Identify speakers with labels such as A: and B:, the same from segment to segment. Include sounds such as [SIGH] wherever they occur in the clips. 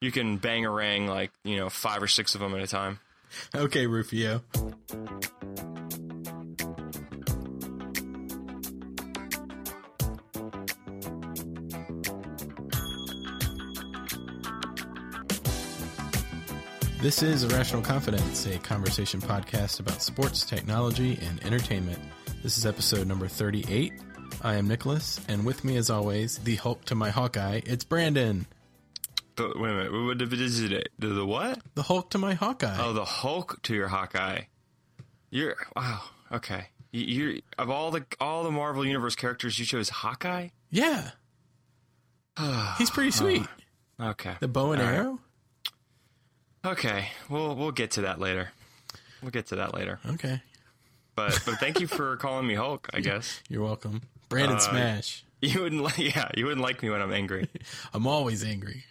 A: you can bang a ring like you know five or six of them at a time.
B: Okay, Rufio. This is Irrational Confidence, a conversation podcast about sports, technology, and entertainment. This is episode number 38. I am Nicholas, and with me, as always, the Hulk to my Hawkeye, it's Brandon.
A: But wait a minute, what what is it? The, the what?
B: The Hulk to my Hawkeye.
A: Oh, the Hulk to your Hawkeye. You're wow. Okay, you, you're of all the all the Marvel Universe characters, you chose Hawkeye.
B: Yeah. He's pretty sweet.
A: Okay.
B: The bow and
A: All right.
B: arrow?
A: Okay, we'll we'll get to that later. We'll get to that later.
B: Okay.
A: But but thank you for calling me Hulk. I
B: [LAUGHS]
A: guess
B: You're welcome.
A: Uh,
B: Brandon Smash.
A: you wouldn't like yeah you wouldn't like me when I'm angry.
B: I'm always angry.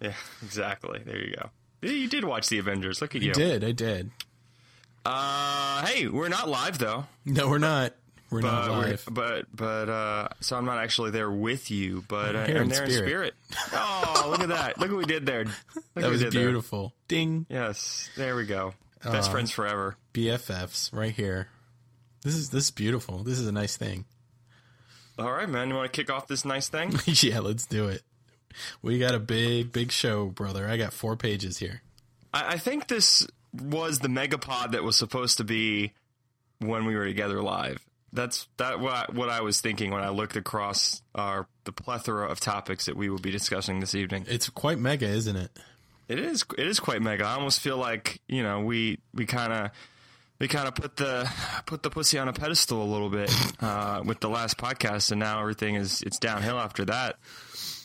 A: Yeah, exactly. There you go. Yeah, You did watch the Avengers. Look at you.
B: I did. I did.
A: Uh, hey, we're not live though.
B: No, we're not. We're not
A: Uh, we're-
B: live.
A: but but uh, so I'm not actually there with you, but uh,
B: here
A: I'm
B: in
A: there in
B: spirit.
A: spirit. Oh, look at that! Look what we did there. Look what
B: That
A: we
B: was
A: did there.
B: beautiful. Ding.
A: Yes, there we go. Best friends forever.
B: BFFs right here. This is this is beautiful. This is a nice thing. [LAUGHS]
A: All right, man. You want to kick off this nice thing?
B: yeah, let's do it. We got a big big show, brother. I got four pages here.
A: I, I think this was the megapod that was supposed to be when we were together live. That's that what I, what I was thinking when I looked across our the plethora of topics that we will be discussing this evening.
B: It's quite mega, isn't it?
A: It is it is quite mega. I almost feel like you know we we kind of. We kind of put the put the pussy on a pedestal a little bit uh, with the last podcast, and now everything is it's downhill after that.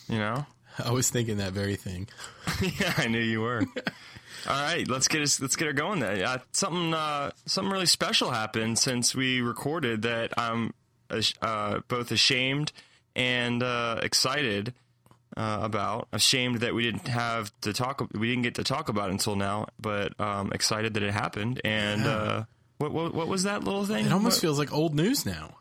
A: You know,
B: I was thinking that very thing.
A: yeah, I knew you were. [LAUGHS] All right, let's get us, let's get her going. Then uh, something uh, something really special happened since we recorded that I'm ash- uh, both ashamed and uh, excited uh, about. Ashamed that we didn't have to talk we didn't get to talk about it until now, but um, excited that it happened. And uh, what, what what was that little thing?
B: It almost
A: What-
B: feels like old news now.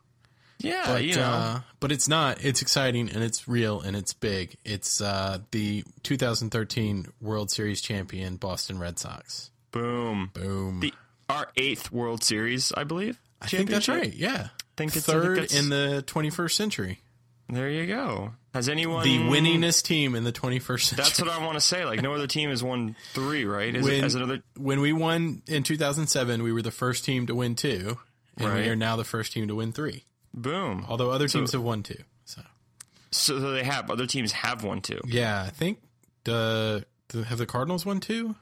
A: yeah,
B: But,
A: you know.
B: uh, but it's not. It's exciting and it's real and it's big. It's uh, the 2013 World Series champion Boston Red Sox.
A: boom.
B: Boom.
A: The, our eighth World Series, I believe.
B: I think that's
A: championship?
B: right. Yeah.
A: Think it's- I think
B: Third
A: that's-
B: in the 21st century.
A: There you go. Has anyone
B: The winningest team in the 21st century.
A: That's what I want to say. Like no other team has won three, right? Is
B: When-
A: as another,
B: when we won in 2007, we were the first team to win two, and
A: Right.
B: we are now the first team to win three.
A: boom.
B: Although other teams have won two. So
A: So they have other teams have won too.
B: yeah, I think the, the have the Cardinals won two.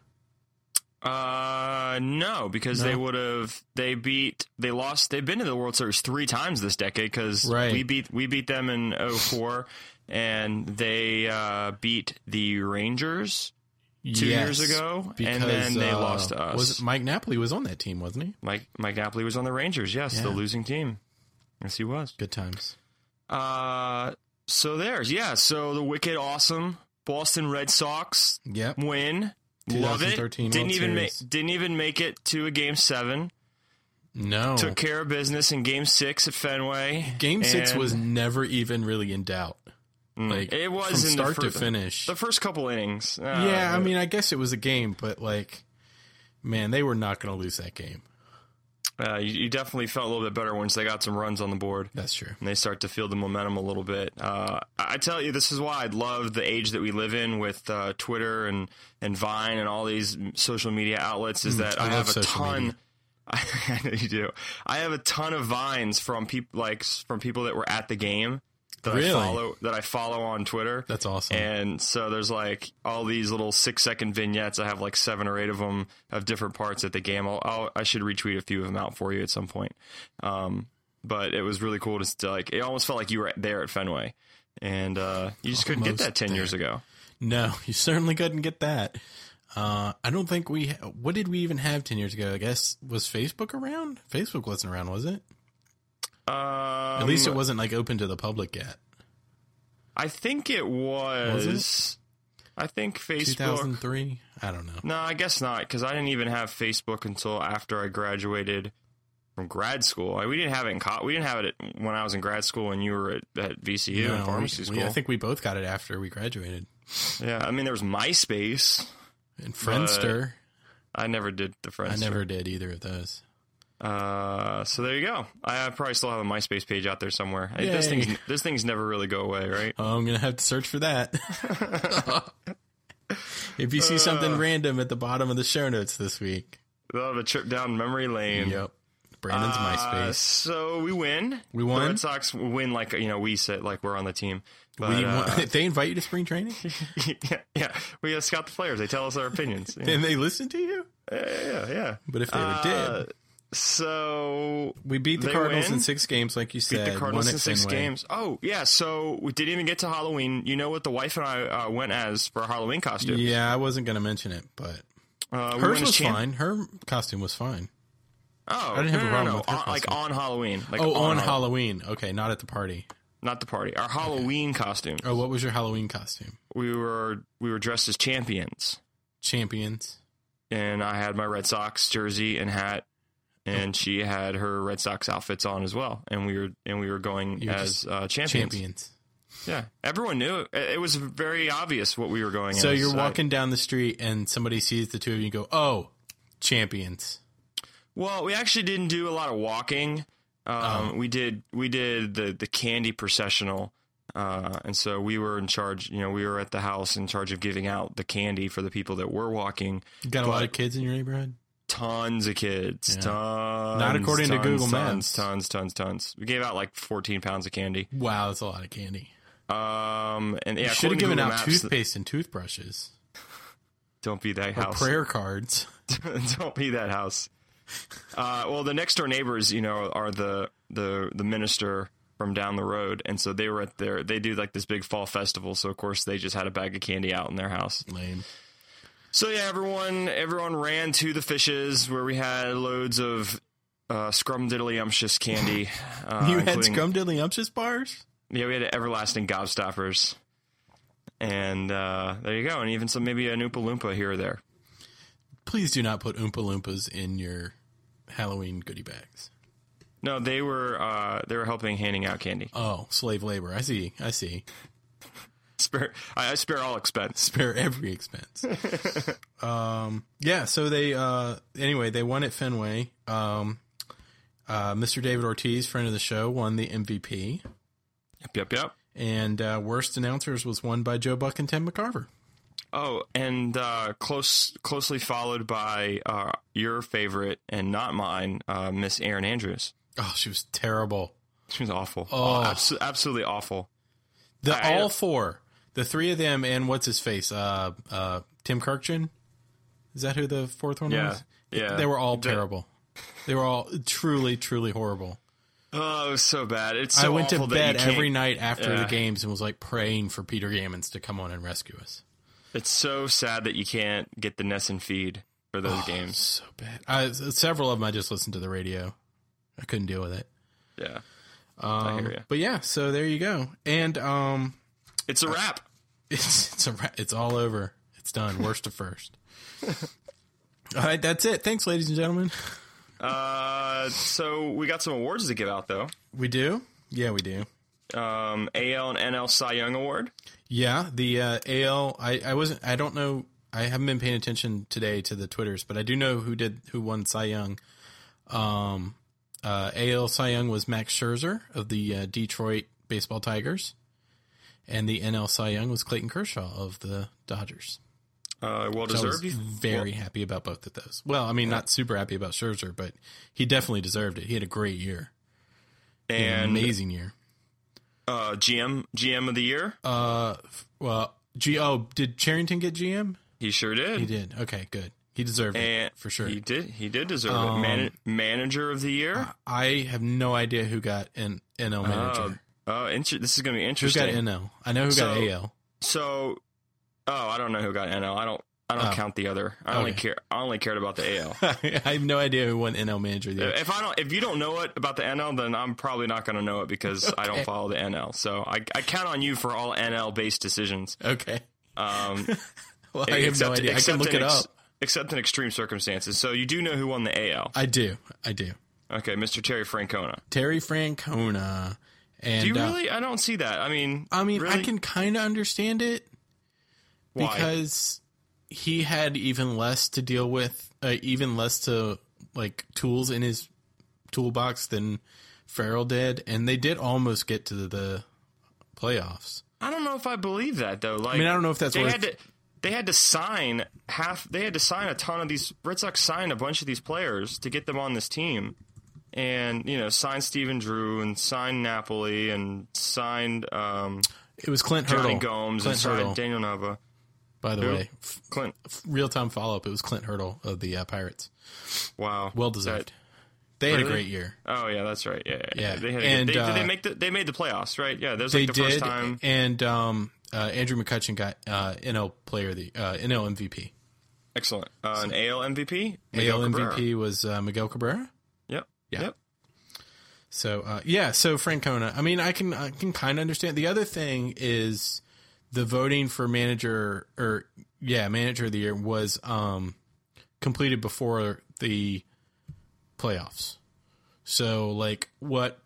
A: Uh, no, because they would have they beat they lost. They've been to the World Series three times this decade because
B: Right.
A: we beat we beat them in 04 and they uh, beat the Rangers. Two years ago, and then they lost to us.
B: uh, Was Mike Napoli was on that team, wasn't he?
A: Mike Mike Napoli was on the Rangers. Yes, the
B: Yeah.
A: losing team. Yes, he was.
B: Good times.
A: Uh, so there's yeah. So the wicked awesome Boston Red Sox
B: Yep.
A: win. Love it.
B: 2013
A: Didn't
B: World
A: even make
B: Series.
A: didn't even make it to a game seven.
B: No.
A: Took care of business in game six at Fenway.
B: Oh. Game six
A: And-
B: was never even really in doubt.
A: Mm,
B: Like
A: it was
B: from
A: in
B: start
A: the fir-
B: to finish.
A: The first couple innings. Uh,
B: yeah, I mean, I guess it was a game, but like, man, they were not going to lose that game.
A: uh, you, you definitely felt a little bit better once they got some runs on the board.
B: That's true.
A: and they start to feel the momentum a little bit. Uh, I I tell you, this is why I love the age that we live in with uh, Twitter and, and Vine and all these social media outlets. Is that
B: Hmm, I
A: I,
B: love
A: have a
B: social
A: ton.
B: media.
A: [LAUGHS] I, know you do. I have a ton of vines from people like from people that were at the game that
B: Really?
A: I follow that I follow on Twitter.
B: That's awesome.
A: And so there's like all these little six second vignettes. I have like seven or eight of them of different parts at the game. I'll, I'll I should retweet a few of them out for you at some point. Um, but it was really cool to, to like. It almost felt like you were there at Fenway, and uh, you just couldn't get
B: Almost
A: that ten years ago.
B: no, [LAUGHS] you certainly couldn't get that. Uh, I don't think we. Ha- what did we even have ten years ago? I guess was Facebook around? Facebook wasn't around, was it?
A: Um,
B: At least it wasn't like open to the public yet.
A: I think it was.
B: Was
A: I think
B: Two
A: Facebook.
B: thousand three. I don't know.
A: No, I guess not because I didn't even have Facebook until after I graduated from grad school. I, we didn't have it in co- we didn't have it at, when I was in grad school and you were at, at VCU
B: No,
A: in
B: we-
A: pharmacy
B: we-
A: school.
B: I think we both got it after we graduated.
A: Yeah, I mean there was MySpace.
B: And Friendster.
A: I never did the Friendster.
B: I never did either of those.
A: Uh, so there you go. I, I probably still have a MySpace page out there somewhere. Hey, those
B: Yay.
A: things, those things never really go away, right?
B: Oh, I'm gonna have to search
A: [LAUGHS]
B: for that. if you see something
A: Uh.
B: random at the bottom of the show notes this week,
A: They'll have a trip down memory lane.
B: yep, Brandon's
A: Uh,
B: MySpace.
A: So we win.
B: We won?
A: The Red Sox win like you know we said like we're on the team. But,
B: We
A: uh,
B: want- [LAUGHS] they invite you to
A: [LAUGHS]
B: spring training,
A: yeah, yeah, we uh, scout the players. They tell us our opinions. Yeah,
B: [LAUGHS] and they listen to you.
A: yeah, yeah. yeah.
B: But if they were
A: Uh,
B: did,
A: So
B: we beat the
A: they
B: Cardinals
A: win?
B: in six games, like you
A: beat
B: said.
A: the Cardinals
B: won
A: in
B: at
A: six
B: Fenway.
A: games. Oh yeah, so we didn't even get to Halloween. You know what the wife and I uh, went as for our Halloween costume?
B: Yeah, I wasn't gonna mention it, but
A: Uh, we
B: hers
A: went as
B: was
A: Chan-
B: fine. Her costume was fine.
A: Oh,
B: I didn't have
A: no, no,
B: a problem
A: no.
B: with her
A: on, like on Halloween. Like
B: Oh, on
A: Halloween.
B: Halloween. Okay, not at the party.
A: not the party. Our Halloween costume.
B: Oh, what was your Halloween costume?
A: We were we were dressed as champions,
B: Champions.
A: and I had my Red Sox jersey and hat, and she had her Red Sox outfits on as well. And we were and we were going
B: You were
A: as uh, champions.
B: Champions.
A: Yeah, everyone knew it. It was very obvious what we were going.
B: So
A: as.
B: you're
A: I-
B: walking down the street and somebody sees the two of you and go, "Oh, champions."
A: Well, we actually didn't do a lot of walking.
B: Oh.
A: Um, We did we did the the candy processional, uh, and so we were in charge. You know, we were at the house in charge of giving out the candy for the people that were walking.
B: You got a lot
A: But-
B: of kids in your neighborhood.
A: Tons of kids,
B: Yeah.
A: tons.
B: Not according to
A: tons,
B: Google
A: tons,
B: Maps.
A: Tons, tons, tons. We gave out like 14 pounds of candy.
B: Wow, that's a lot of candy.
A: Um, and yeah,
B: you should
A: according
B: have
A: to
B: given
A: Google
B: out
A: Maps,
B: toothpaste and toothbrushes
A: [LAUGHS] Don't be that
B: or
A: house.
B: prayer cards.
A: [LAUGHS] don't be that house. Uh, well, the next door neighbors, you know, are the the the minister from down the road, and so they were at their they do like this big fall festival. So of course they just had a bag of candy out in their house.
B: Lame.
A: So yeah, everyone everyone ran to the fishes where we had loads of uh, scrumdiddlyumptious
B: [LAUGHS]
A: candy. Uh,
B: you had
A: including-
B: scrumdiddlyumptious bars.
A: Yeah, we had everlasting gobstoppers, and uh, there you go, and even some maybe an oompa loompa here or there.
B: Please do not put Oompa Loompas in your Halloween goodie bags.
A: No, they were uh, they were helping handing out candy. [LAUGHS]
B: Oh, slave labor. I see. I see.
A: spare I, I spare all expense.
B: [LAUGHS] spare every expense. um,
A: [LAUGHS]
B: yeah. So they, uh, anyway, they won at Fenway. Um, uh, Mr. David Ortiz, friend of the show, won the MVP,
A: Yep, yep, yep.
B: and uh, worst announcers was won by Joe Buck and Tim McCarver.
A: Oh, and uh, close closely followed by uh, your favorite and not mine, uh, Miss Erin Andrews.
B: Oh, she was terrible.
A: She was awful.
B: Oh.
A: abso- absolutely awful.
B: The
A: I- uh, I-
B: all four, the three of them, and what's his face, uh, uh, Tim Kirkchin. Is that who the fourth one
A: Yeah,
B: was?
A: yeah.
B: They were all
A: The-
B: terrible. They were all truly, truly horrible.
A: Oh, it was so bad. It's so
B: I went to
A: awful that you
B: bed
A: can't-
B: every night after the
A: Yeah.
B: games and was like praying for Peter Gammons to come on and rescue us.
A: It's so sad that you can't get the Ness and feed for
B: Oh,
A: those games.
B: So bad. I, s- several of them I just listened to the radio. I couldn't deal with it.
A: Yeah,
B: Um,
A: hear ya.
B: But yeah, so there you go. And um, [LAUGHS]
A: it's a wrap.
B: it's it's a ra- it's all over. It's done. Worst to first.
A: [LAUGHS]
B: all right, that's it. Thanks, ladies and gentlemen.
A: Uh, so we got some awards to give out though.
B: We do. Yeah, we do.
A: Um, AL and NL Cy Young Award.
B: Yeah, the uh, AL. I, I wasn't. I don't know. I haven't been paying attention today to the twitters, but I do know who did who won Cy Young. Um, uh, AL Cy Young was Max Scherzer of the uh, Detroit Baseball Tigers, and the NL Cy Young was Clayton Kershaw of the Dodgers.
A: Uh, well
B: I was
A: deserved.
B: very happy about both of those. Well, I mean, not super happy about Scherzer, but he definitely deserved it. He had a great year, He had an
A: and
B: amazing year.
A: uh, GM GM of the year.
B: Uh, f- well, G. Oh, did Charrington get GM?
A: He sure did.
B: He did. Okay, good. He deserved
A: And
B: it for sure. Um,
A: He did. He did deserve it. Man- manager of the year.
B: Uh, I have no idea who got an NL manager.
A: Uh, uh, inter- this is going to be
B: who got
A: interesting.
B: NL? I know who got
A: So-
B: AL.
A: so, oh, I don't know who got NL. I don't. I don't
B: Oh.
A: count the other. I only
B: Okay.
A: care. I only cared about the AL.
B: [LAUGHS] I have no idea who won NL manager. The
A: if I don't, if you don't know it about the NL, then I'm probably not going to know it because I don't follow the NL. So I, I count on you for all NL based decisions.
B: okay. [LAUGHS]
A: Um,
B: Well, I have no
A: except-
B: idea. I can
A: except
B: look
A: in
B: it
A: ex-
B: up.
A: Except in extreme circumstances. So you do know who won the AL.
B: I do. I do.
A: Okay, Mr. Terry Francona.
B: Terry Francona. And
A: Do you
B: uh,
A: really? I don't see that. I mean,
B: I mean, I
A: really?
B: can kind of understand it.
A: Why?
B: because he had even less to deal with, uh, even less to like tools in his toolbox than Farrell did, and they did almost get to the playoffs.
A: I don't know if I believe that though. Like,
B: I mean, I don't know if that's
A: they
B: worth-
A: had to they had to sign half. They had to sign a ton of these. Red Sox signed a bunch of these players to get them on this team, and you know, signed Steven Drew and signed Napoli and signed um,
B: It was Clint
A: Johnny
B: Hurdle,
A: Gomes
B: Clint
A: and signed
B: Hurdle,
A: Daniel Nava.
B: by the way,
A: Clint,
B: real time follow up. It was Clint Hurdle of the uh, Pirates.
A: wow,
B: Well deserved. They had a
A: Really?
B: great year.
A: oh yeah, that's right. Yeah, yeah.
B: Yeah,
A: They had.
B: and,
A: a good, they, did
B: uh,
A: they make the they made the playoffs, right? Yeah, that was
B: They
A: like the
B: did,
A: first time.
B: and um, uh, Andrew McCutcheon got uh, NL player of the uh, NL MVP.
A: Excellent. Uh, an AL MVP. Miguel
B: AL
A: Cabrera.
B: MVP was uh, Miguel Cabrera.
A: Yep.
B: Yeah.
A: Yep.
B: So uh, yeah, so Francona. I mean, I can I can kind of understand. The other thing is the voting for manager or yeah, manager of the year was um, completed before the playoffs. So like what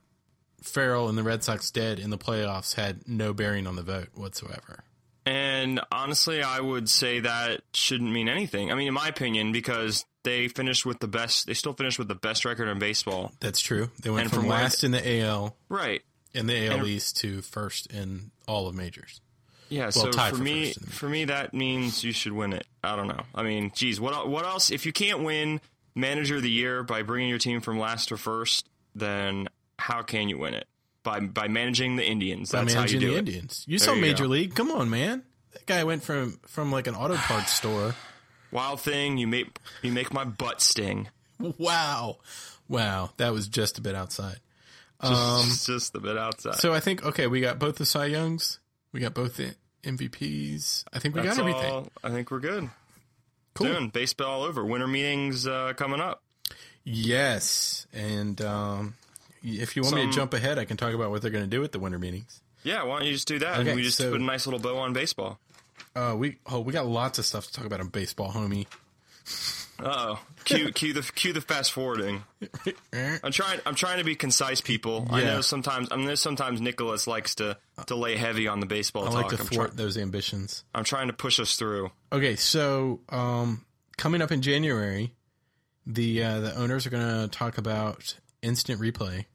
B: Farrell and the Red Sox did in the playoffs had no bearing on the vote whatsoever.
A: And honestly, I would say that shouldn't mean anything. I mean, in my opinion, because they finished with the best, they still finished with the best record in baseball.
B: That's true. They went
A: And
B: from
A: from where-
B: last in the AL
A: Right.
B: in the AL
A: And-
B: East to first in all of majors.
A: Yeah. so
B: tied
A: for
B: for
A: me,
B: first in the
A: for me, that means you should win it. I don't know. I mean, geez, what el- what else? If you can't win manager of the year by bringing your team from last to first, then how can you win it? By by managing the Indians.
B: by
A: That's how you
B: managing
A: do
B: the
A: it.
B: Indians. You saw
A: you
B: Major
A: go.
B: League. Come on, man. That guy went from from like an auto parts
A: [SIGHS]
B: store.
A: Wild thing, you make you make my butt sting.
B: Wow, wow, that was just a bit outside.
A: Just,
B: Um,
A: [LAUGHS] just a bit outside.
B: So I think okay, we got both the Cy Youngs, we got both the MVPs. I think we
A: That's
B: got everything.
A: all. I think we're good.
B: Cool.
A: Soon, baseball all over. Winter meetings uh, coming up.
B: Yes, and um, if you want me
A: Some-
B: to jump ahead, I can talk about what they're going to do at the winter meetings.
A: Yeah, why don't you just do that?
B: Okay,
A: and we just
B: so-
A: put a nice little bow on baseball.
B: Uh, we oh, we got lots of stuff to talk about in baseball, homie.
A: Uh oh. Cue,
B: [LAUGHS]
A: cue the cue the fast forwarding.
B: Er,
A: I'm trying I'm trying to be concise, people. I
B: Yeah.
A: know sometimes I know sometimes Nicholas likes to, to lay heavy on the baseball
B: I
A: talk.
B: like to
A: I'm,
B: thwart
A: try-
B: those ambitions.
A: I'm trying to push us through.
B: Okay, so um, coming up in January, the uh, the owners are going to talk about instant replay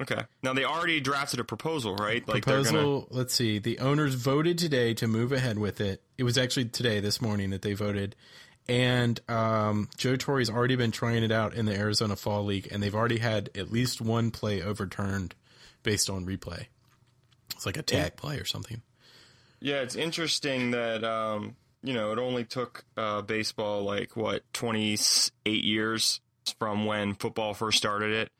A: Okay. Now they already drafted a proposal, right? Like they're gonna
B: proposal. Let's see, the owners voted today to move ahead with it. It was actually today, this morning, that they voted, and um, Joe Torre's already been trying it out in the Arizona Fall League, and they've already had at least one play overturned based on replay. It's like a tag play or something.
A: Yeah, it's interesting that um, you know it only took uh, baseball like what twenty eight years from when football first started it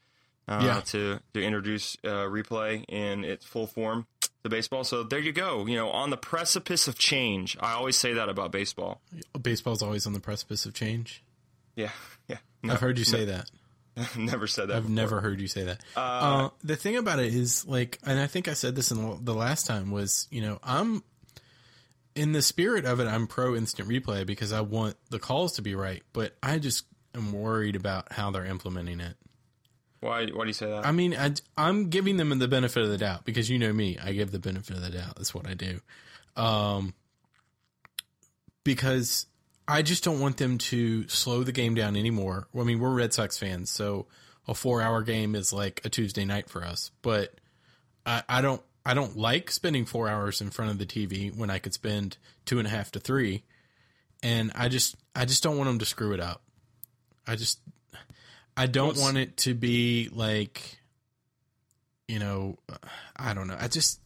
A: uh,
B: Yeah.
A: to to introduce uh, replay in its full form to baseball. So there you go. You know, on the precipice of change. I always say that about baseball.
B: Baseball's always on the precipice of change.
A: Yeah, [LAUGHS] yeah.
B: I've heard you say that.
A: never said that.
B: I've never heard you say that. Uh, the thing about it is, like, and I think I said this in the- the last time was, you know, I'm in the spirit of it. I'm pro instant replay because I want the calls to be right, but I just am worried about how they're implementing it.
A: Why? Why do you say that?
B: I mean, I, am giving them the benefit of the doubt because you know me. I give the benefit of the doubt. That's what I do. Um, because I just don't want them to slow the game down anymore. I mean, we're Red Sox fans, so a four hour game is like a Tuesday night for us. But I, I don't. I don't like spending four hours in front of the TV when I could spend two and a half to three, and I just I just don't want them to screw it up. I just I don't
A: What's-
B: want it to be like you know, I don't know. I just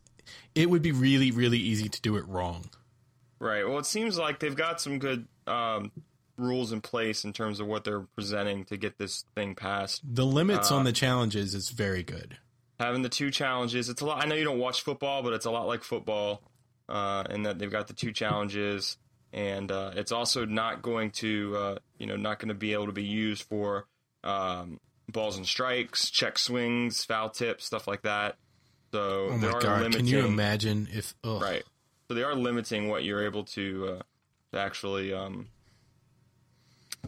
B: it would be really really easy to do it wrong.
A: Right. Well, it seems like they've got some good um, rules in place in terms of what they're presenting to get this thing passed.
B: The limits
A: Uh,
B: on the challenges is very good.
A: having the two challenges. It's a lot. I know you don't watch football, but it's a lot like football uh, in that they've got the two challenges, and uh, it's also not going to, uh, you know, not going to be able to be used for um, balls and strikes, check swings, foul tips, stuff like that. So
B: Oh
A: they
B: my
A: are
B: god!
A: limiting,
B: Can you imagine if ugh,
A: right? So they are limiting what you're able to, uh, to actually um,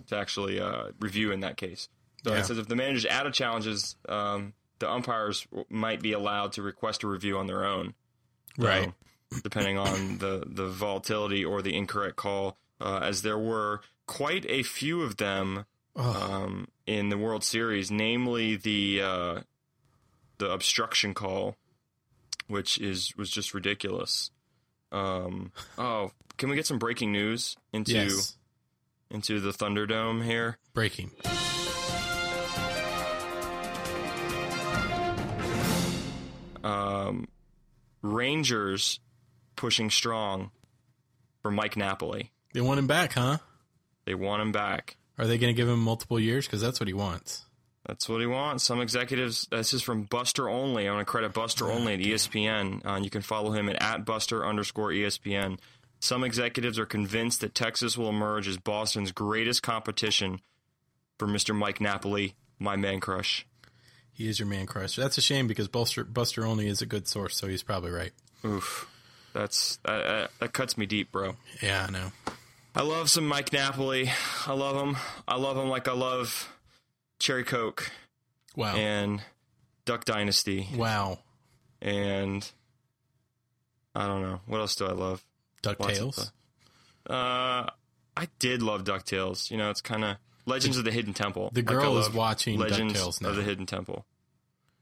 A: to actually uh, review in that case. So
B: Yeah.
A: it says if the managers add a challenges, um, the umpires w- might be allowed to request a review on their own. So,
B: Right.
A: depending on the the volatility or the incorrect call, uh, as there were quite a few of them
B: Oh,
A: um, in the World Series, namely the uh, the obstruction call, which is was just ridiculous. Um, oh, can we get some breaking news into
B: yes.
A: into the Thunderdome here?
B: Breaking.
A: um, Rangers pushing strong for Mike Napoli.
B: They want him back, huh?
A: They want him back.
B: Are they going to give him multiple years? Because that's what he wants.
A: That's what he wants. Some executives. This is from Buster Only. I'm going to credit Buster Only at ESPN. Uh, you can follow him at, at Buster underscore E ESPN. Some executives are convinced that Texas will emerge as Boston's greatest competition for Mr. Mike Napoli, my man crush.
B: He is your man crush. That's a shame because Buster, Buster only is a good source, so he's probably right.
A: Oof, that's uh, uh, that cuts me deep, bro.
B: Yeah, I know.
A: I love some Mike Napoli. I love him. I love him like I love Cherry Coke
B: Wow.
A: and Duck Dynasty
B: wow.
A: and I don't know what else do I love. Lots
B: DuckTales.
A: of Uh, I did love Ducktales. You know, it's kind of Legends of the Hidden Temple.
B: The
A: Like, I
B: girl is
A: love
B: watching
A: Legends
B: DuckTales now.
A: of the Hidden Temple.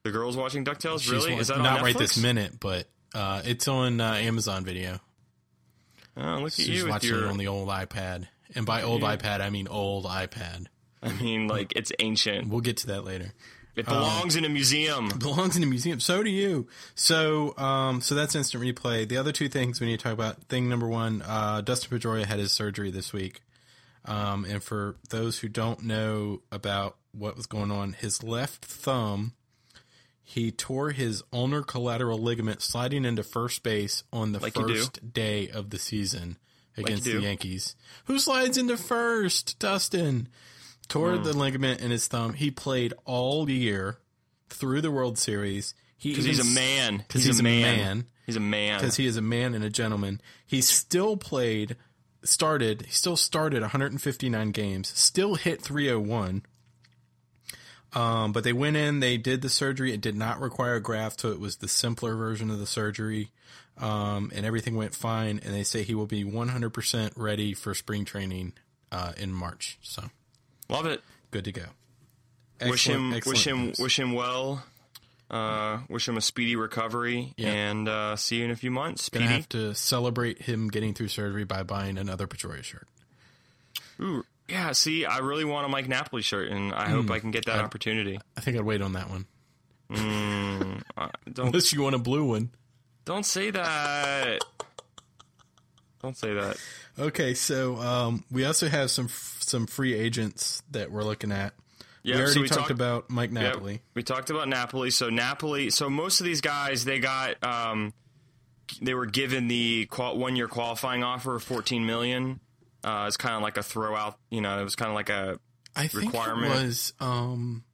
A: The girl's watching Ducktales.
B: She's
A: really?
B: wa-
A: Is that
B: not
A: on
B: right
A: Netflix?
B: this minute, but uh, it's on uh, Amazon Video.
A: Oh, look at
B: She's
A: you with
B: watching it
A: your.
B: on the old iPad, and by old iPad I mean old iPad.
A: [LAUGHS] I mean, like it's ancient.
B: We'll get to that later.
A: It
B: Um,
A: belongs in a museum.
B: [LAUGHS] belongs in a museum. So do you. So, um, so that's instant replay. The other two things we need to talk about. Thing number one, uh, Dustin Pedroia had his surgery this week. Um, and for those who don't know about what was going on, his left thumb, he tore his ulnar collateral ligament sliding into first base on the
A: Like you do.
B: first day of the season against
A: do.
B: the Yankees. Who slides into first? Dustin tore the ligament in his thumb. He played all year through the World Series.
A: Because he's a man.
B: Because um, he's, a man.
A: He's a man.
B: Because he is a man and a gentleman. He still played, started, he still started 159 games, still hit 301. Um, but they went in, they did the surgery. It did not require a graft, so it was the simpler version of the surgery. Um, and everything went fine. And they say he will be 100% ready for spring training uh, in March. So
A: Love it.
B: good to go.
A: wish
B: Excellent-
A: him
B: excellent
A: wish him
B: news.
A: wish him well. Uh, wish him a speedy recovery and uh, see you in a few months.
B: Gonna
A: Speedy.
B: have to celebrate him getting through surgery by buying another Pedroia shirt.
A: Ooh, yeah, see, I really want a Mike Napoli shirt and I hope I can get that opportunity.
B: Mm. I think I'd wait on that one. [LAUGHS]
A: Uh, don't
B: Unless you want a blue one.
A: don't say that. Don't say that.
B: Okay, so um, we also have some some free agents that we're looking at.
A: Yeah,
B: we
A: so
B: already
A: we
B: talked
A: talked-
B: about Mike
A: Yep.
B: Napoli.
A: We talked about Napoli. So Napoli. So most of these guys, they got um, they were given the qual- one year qualifying offer of fourteen million. Uh, it's kind of like a throwout. You know, it was kind of like a
B: I think
A: Requirement.
B: it was um,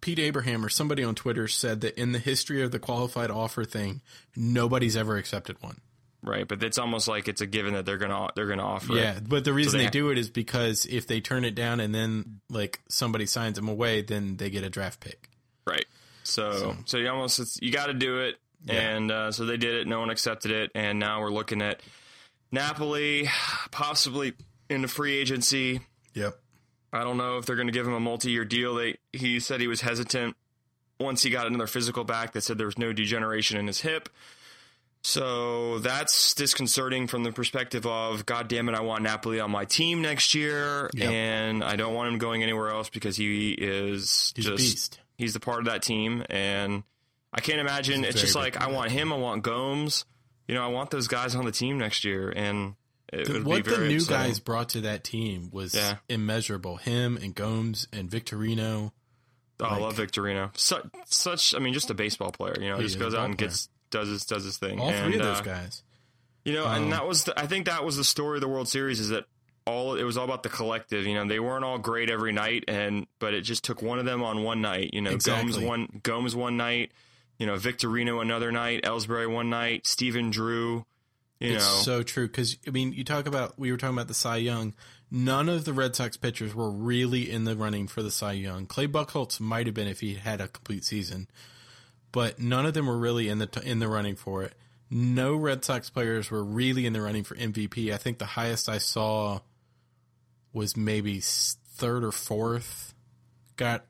B: Pete Abraham or somebody on Twitter said that in the history of the qualified offer thing, nobody's ever accepted one.
A: Right, but it's almost like it's a given that they're gonna they're gonna offer.
B: Yeah,
A: it.
B: but the reason
A: they-
B: they do it is because if they turn it down and then like somebody signs them away, then they get a draft pick.
A: right. So so, you almost it's, you got to do it, and uh, so they did it. No one accepted it, and now we're looking at Napoli possibly into free agency.
B: Yep.
A: I don't know if they're gonna give him a multi year deal. They he said he was hesitant once he got another physical back that said there was no degeneration in his hip. So that's disconcerting from the perspective of, God damn it, I want Napoli on my team next year,
B: Yep.
A: and I don't want him going anywhere else because he is
B: He's a
A: just
B: beast.
A: he's the part of that team, and I can't imagine.
B: He's a
A: It's just
B: very
A: like
B: big
A: I want him, I want Gomes, you know, I want those guys on the team next year, and it
B: The-
A: would
B: what
A: be very
B: the new
A: upsetting.
B: guys brought to that team was
A: Yeah.
B: immeasurable. Him and Gomes and Victorino.
A: Oh, I
B: Like-
A: love Victorino. Such, such. I mean, just a baseball player. You know,
B: He
A: just
B: is a
A: goes out
B: ball
A: and gets does his does his thing.
B: All
A: and,
B: three of those
A: uh,
B: guys.
A: You know,
B: Um,
A: and that was. The, I think that was the story of the World Series. Is that all? It was all about the collective. You know, they weren't all great every night, and but it just took one of them on one night. You know,
B: Exactly.
A: Gomes one Gomes one night. You know, Victorino another night. Ellsbury one night. Steven Drew. You
B: It's
A: know,
B: so true because I mean, you talk about we were talking about the Cy Young. None of the Red Sox pitchers were really in the running for the Cy Young. Clay Buckholz might have been if he had a complete season, but none of them were really in the t- in the running for it. no Red Sox players were really in the running for MVP. I think the highest I saw was maybe s- third or fourth. Got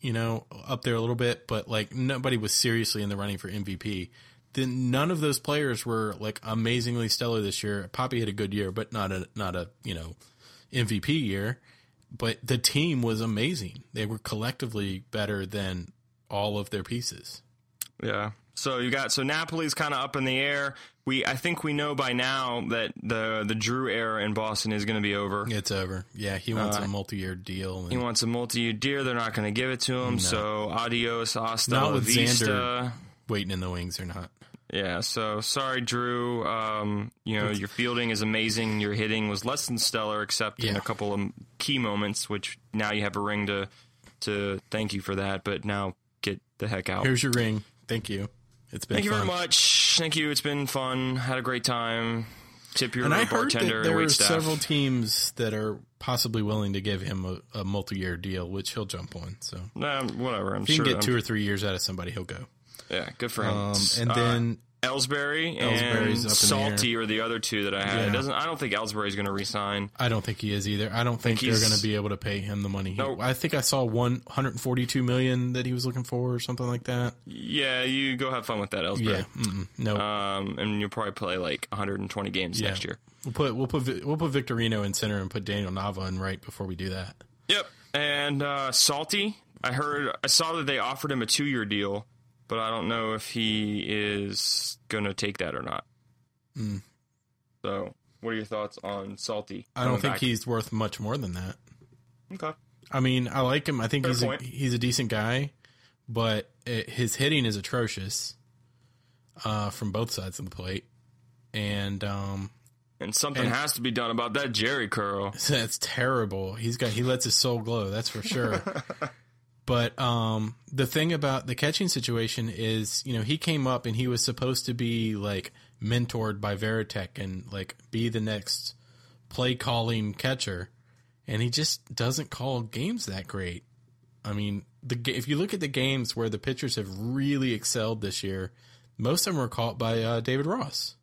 B: you know up there a little bit, but like nobody was seriously in the running for MVP. Then none of those players were like amazingly stellar this year. Poppy had a good year, but not a not a you know MVP year. But the team was amazing. They were collectively better than all of their pieces.
A: Yeah. So you got so Napoli's kind of up in the air. We I think we know by now that the the Drew era in Boston is going to be over.
B: It's over. Yeah, he wants a multi-year deal. and-
A: He wants a multi-year deal. They're not going to give it to him. So adios, hasta
B: Not
A: la
B: with
A: vista.
B: Xander. waiting in the wings or not.
A: Yeah. So sorry, Drew. Um, you know your fielding is amazing. Your hitting was less than stellar, except in
B: Yeah.
A: a couple of key moments, which now you have a ring to to thank you for that. But now get the heck out.
B: Here's your ring. Thank you. It's been
A: Thank you
B: fun.
A: very much. Thank you. It's been fun. Had a great time. Tip your
B: And I heard
A: bartender
B: that
A: and
B: there are
A: wait staff.
B: several teams that are possibly willing to give him a, a multi-year deal, which he'll jump on. So if
A: Nah, whatever. I'm
B: he
A: sure.
B: can get
A: I'm-
B: two or three years out of somebody, he'll go.
A: yeah, good for him.
B: Um,
A: S-
B: and
A: uh,
B: then
A: Ellsbury
B: Ellsbury's
A: and
B: up in the
A: Salty are the other two that I had.
B: Yeah.
A: It doesn't. I don't think Ellsbury's going to resign.
B: I don't think he is either. I don't think, they're
A: he's-
B: going to be able to pay him the money. he-
A: No.
B: I think I saw one hundred forty-two million that he was looking for, or something like that.
A: Yeah, you go have fun with that,
B: Yeah,
A: Ellsbury.
B: mm-mm, no.
A: Um, and you'll probably play like 120 games next year.
B: we'll put we'll put Vi- we'll put Victorino in center and put Daniel Nava in right before we do that.
A: Yep. And uh, Salty, I heard, I saw that they offered him a two-year deal, but I don't know if he is going to take that or not.
B: Hmm.
A: So, what are your thoughts on Salty?
B: I don't
A: coming
B: think
A: back?
B: he's worth much more than that.
A: Okay.
B: I mean, I like him. I think
A: Fair
B: he's a,
A: point.
B: he's a decent guy, but it, his hitting is atrocious uh, from both sides of the plate, and um,
A: And something
B: And-
A: has to be done about that Jerry curl.
B: that's terrible. He's got he lets his soul glow, that's for sure. but um, the thing about the catching situation is, you know, he came up and he was supposed to be like mentored by Veritek and like be the next play calling catcher, and he just doesn't call games that great. I mean, the ga- if you look at the games where the pitchers have really excelled this year, most of them were caught by uh, David Ross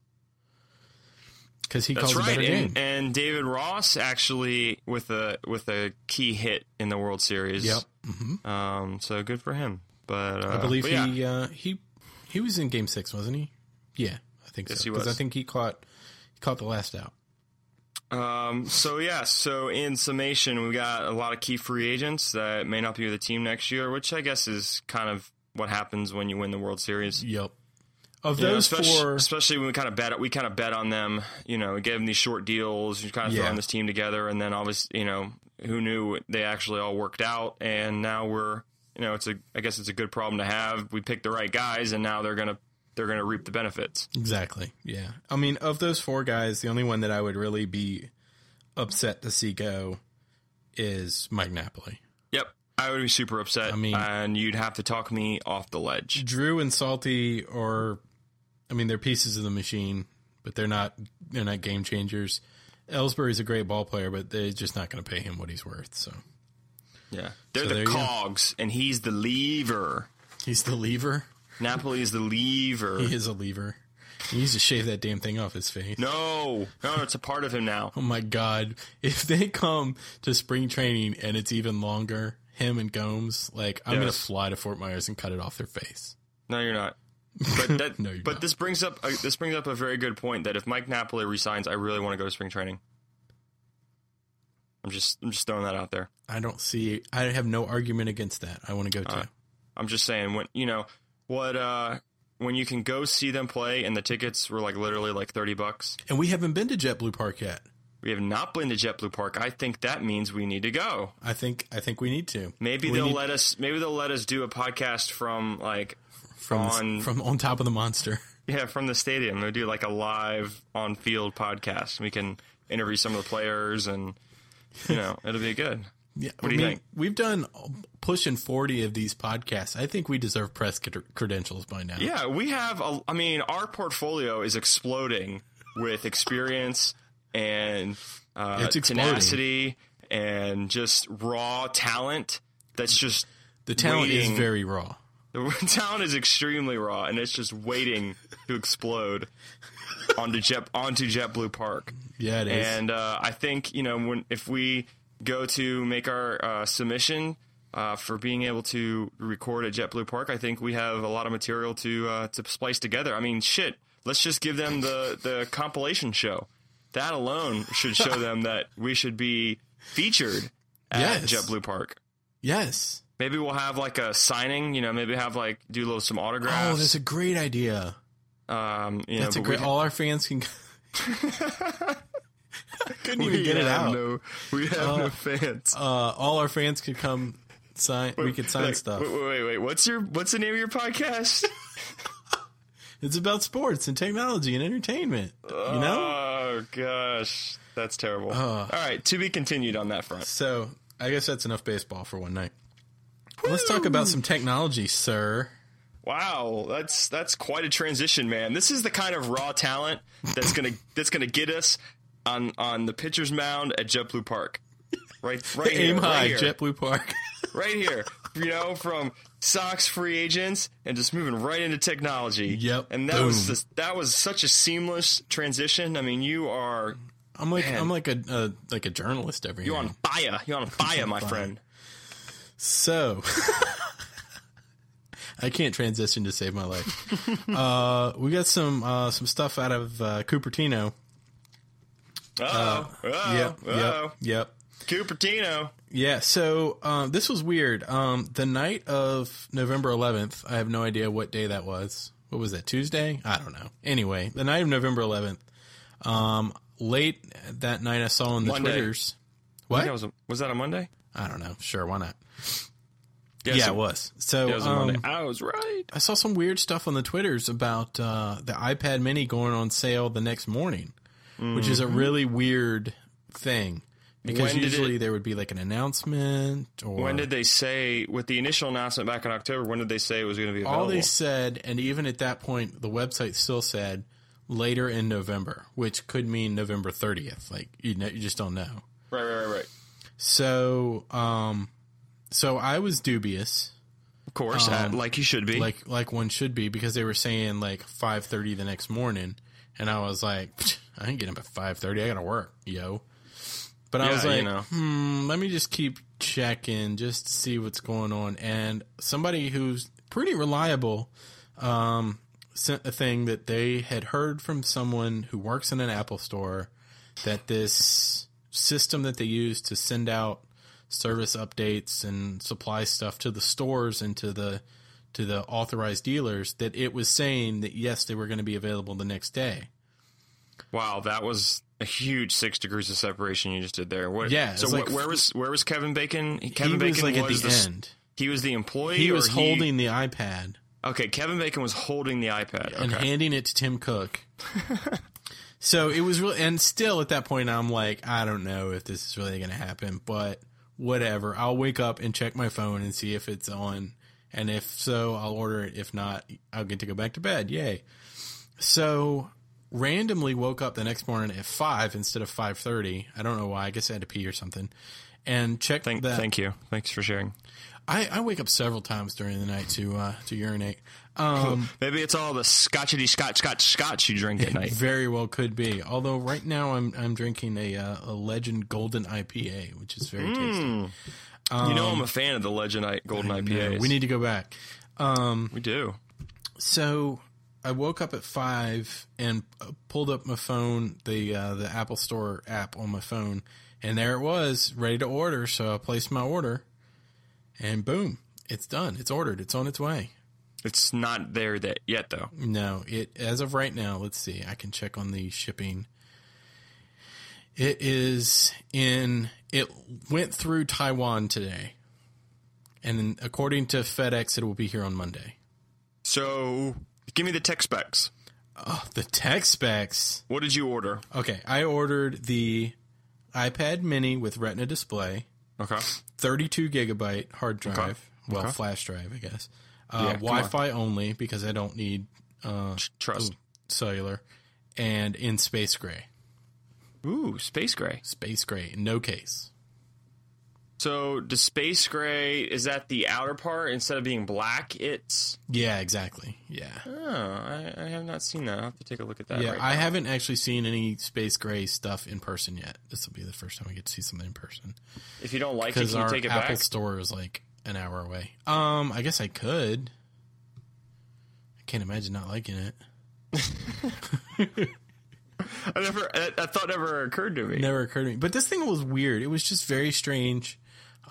B: because he
A: That's
B: calls a
A: right.
B: better game.
A: And, and David Ross actually with a with a key hit in the World Series.
B: Yep. hmm
A: Um. So good for him. But uh,
B: I believe
A: but yeah,
B: he uh, he he was in Game Six, wasn't he? Yeah, I think
A: Yes,
B: so.
A: he
B: Because I
A: was.
B: think he caught he caught the last out.
A: Um, so yeah, so in summation, we got a lot of key free agents that may not be with the team next year, which I guess is kind of what happens when you win the World Series.
B: Yep. Of
A: You know,
B: those
A: especially,
B: four,
A: especially when we kind of bet we kind of bet on them. You know, gave them these short deals, you kind of
B: Yeah.
A: throwing this team together, and then obviously, you know, who knew they actually all worked out, and now we're, you know, it's a I guess it's a good problem to have. We picked the right guys, and now they're gonna they're gonna reap the benefits.
B: exactly. Yeah. I mean, of those four guys, the only one that I would really be upset to see go is Mike Napoli.
A: Yep. I would be super upset,
B: I mean-
A: and you'd have to talk me off the ledge.
B: Drew and Salty are, I mean, they're pieces of the machine, but they're not they're not game changers. Ellsbury's a great ball player, but they're just not going to pay him what he's worth. So
A: Yeah. They're
B: So
A: the
B: there you go.
A: cogs, and he's the lever.
B: he's the lever.
A: Napoli is the lever.
B: He is a lever. He needs to shave that damn thing off his face.
A: No, no, it's a part of him now.
B: Oh my god. [LAUGHS] If they come to spring training and it's even longer, him and Gomes, like I'm gonna
A: Yes.
B: fly to Fort Myers and cut it off their face.
A: No, you're not. But that,
B: [LAUGHS] No, you're
A: but
B: not.
A: this brings up a, this brings up a very good point that if Mike Napoli resigns, I really want to go to spring training. I'm just I'm just throwing that out there.
B: I don't see I have no argument against that. I wanna go to.
A: Uh, I'm just saying when you know what uh when you can go see them play and the tickets were like literally like 30 bucks.
B: and we haven't been to JetBlue Park yet.
A: We have not been to JetBlue Park. I think that means we need to go.
B: I think I think we need to.
A: Maybe
B: We
A: they'll
B: need-
A: let us maybe they'll let us do a podcast from like
B: from
A: on-
B: from on top of the monster. [LAUGHS]
A: Yeah, from the stadium. They do like a live on field podcast. We can interview some of the players and you
B: [LAUGHS]
A: know, it'll be good.
B: Yeah,
A: What do you
B: I mean,
A: think?
B: we've done pushing forty of these podcasts. I think we deserve press cred- credentials by now.
A: Yeah, we have a, I mean, our portfolio is exploding with experience and uh,
B: It's exploding.
A: tenacity and just raw talent that's just
B: the talent is
A: waiting.
B: very raw.
A: The [LAUGHS] town is extremely raw, and it's just waiting to explode onto Jet onto JetBlue Park.
B: Yeah, it is.
A: And uh, I think you know when if we go to make our uh, submission uh, for being able to record at JetBlue Park, I think we have a lot of material to uh, to splice together. I mean, shit, let's just give them the the compilation show. That alone should show them that we should be featured at
B: Yes.
A: JetBlue Park.
B: yes.
A: Maybe we'll have like a signing. You know, maybe have like do a little some
B: Oh, that's
A: autographs.
B: a great idea.
A: um, you know,
B: That's
A: but
B: a
A: [LAUGHS]
B: great.
A: we-
B: All our fans can. I couldn't even get it
A: have
B: out.
A: No, we have no fans.
B: Uh, all our fans could come sign. we could sign
A: Like,
B: stuff.
A: Wait, wait, wait, wait. What's your What's the name of your
B: [LAUGHS]
A: podcast?
B: It's about sports and technology and entertainment. you know.
A: Oh gosh, that's terrible.
B: Uh.
A: All right, to be continued on that front.
B: So I guess that's enough baseball for one night. Let's talk about some technology, sir.
A: Wow, that's that's quite a transition, man. This is the kind of raw talent that's
B: [LAUGHS]
A: gonna that's gonna get us on on the pitcher's mound at JetBlue Park.
B: [LAUGHS]
A: Right, right here,
B: Aim
A: right
B: high,
A: here.
B: JetBlue Park. [LAUGHS]
A: right here. You know, from Sox free agents and just moving right into technology.
B: Yep.
A: And that was
B: Boom.
A: just, that was such a seamless transition. I mean, you are
B: I'm like I'm like a, a like a journalist every
A: you
B: now
A: are
B: and
A: on fire. You're on fire, my friend.
B: So, [LAUGHS] I can't transition to save my life. [LAUGHS] uh, we got some uh, some stuff out of uh, Cupertino.
A: Oh, oh,
B: Yep,
A: oh,
B: yep, yep.
A: Cupertino.
B: Yeah. So um, this was weird. Um, the night of November 11th, I have no idea what day that was. What was that? Tuesday? I don't know. Anyway, the night of November 11th, um, late that night, I saw on the
A: Monday.
B: twitters.
A: That
B: What?
A: was, a, was that a Monday?
B: I don't know. Sure, why not?
A: Yeah,
B: yeah,
A: so-
B: it was. So
A: yeah, it was a
B: um,
A: Monday. I was right.
B: I saw some weird stuff on the twitters about uh, the iPad Mini going on sale the next morning, which is a really weird thing because
A: Mm-hmm. When did
B: usually
A: it-
B: there would be like an announcement or
A: When did they say with the initial announcement back in October? When did they say it was going to be available?
B: all they said, and even at that point, the website still said later in November, which could mean November thirtieth. Like you know, you just don't know.
A: right, right, right, right.
B: So, um, so I was dubious.
A: Of course, uh, like you should be.
B: Um, like like one should be because they were saying like 5:30 the next morning and I was like "Pfft, I ain't getting up at 5:30 I got to work yo but I
A: Yeah,
B: was
A: you
B: like
A: know.
B: hmm let me just keep checking just to see what's going on and somebody who's pretty reliable um sent a thing that they had heard from someone who works in an Apple store that this system that they use to send out service updates and supply stuff to the stores and to the to the authorized dealers that it was saying that yes they were going to be available the next day.
A: wow, that was a huge six degrees of separation you just did there. What,
B: Yeah,
A: So
B: it's
A: wh-
B: like-
A: where was where was Kevin Bacon? Kevin
B: he
A: Bacon
B: was like at the,
A: s-
B: end.
A: He was the employee.
B: He
A: or
B: was holding the iPad
A: Okay, Kevin Bacon was holding the iPad.
B: and
A: okay.
B: handing it to Tim Cook. so it was really and still at that point I'm like I don't know if this is really going to happen, but whatever. I'll wake up and check my phone and see if it's on and if so I'll order it. If not, I'll get to go back to bed. Yay. So randomly woke up the next morning at 5 instead of 5:30. I don't know why. I guess I had to pee or something. And checked
A: Thank,
B: that
A: thank you. Thanks for sharing.
B: I, I wake up several times during the night to uh, to urinate. Um,
A: Maybe it's all the scotchity scotch scotch scotch you drink
B: [LAUGHS]
A: at night.
B: very well could be. Although right now I'm I'm drinking a uh, a Legend Golden IPA, which is very tasty.
A: you know I'm a fan of the Legend I- Golden IPAs.
B: Um, We need to go back.
A: we do.
B: So I woke up at five and uh, pulled up my phone, the uh, the Apple Store app on my phone, and there it was, ready to order. So I placed my order, and boom, it's done. It's ordered. It's on its way.
A: It's not there that yet though.
B: No, it as of right now, let's see. I can check on the shipping. It is in it went through Taiwan today. And then according to FedEx, it will be here on Monday.
A: So give me the tech specs.
B: Oh, the tech specs.
A: What did you order?
B: Okay, I ordered the iPad mini with retina display,
A: Okay.
B: 32 gigabyte hard drive,
A: Okay.
B: well,
A: Okay.
B: flash drive, I guess.
A: Yeah,
B: Uh,
A: come on.
B: Wi-Fi only because I don't need
A: Trust.
B: cellular and in space gray.
A: Ooh, space gray.
B: Space gray, no case.
A: So the space gray is that the outer part instead of being black? It's
B: Yeah, exactly. Yeah.
A: oh, I, I have not seen that. I will have to take a look at that.
B: Yeah,
A: right
B: I
A: now.
B: haven't actually seen any space gray stuff in person yet. This will be the first time I get to see something in person
A: If you don't like it,
B: because
A: can you
B: our
A: take it
B: Apple
A: back?
B: Store is like an hour away. Um, I guess I could. I can't imagine not liking it.
A: I never. That, that thought never occurred to me.
B: Never occurred to me. But this thing was weird. It was just very strange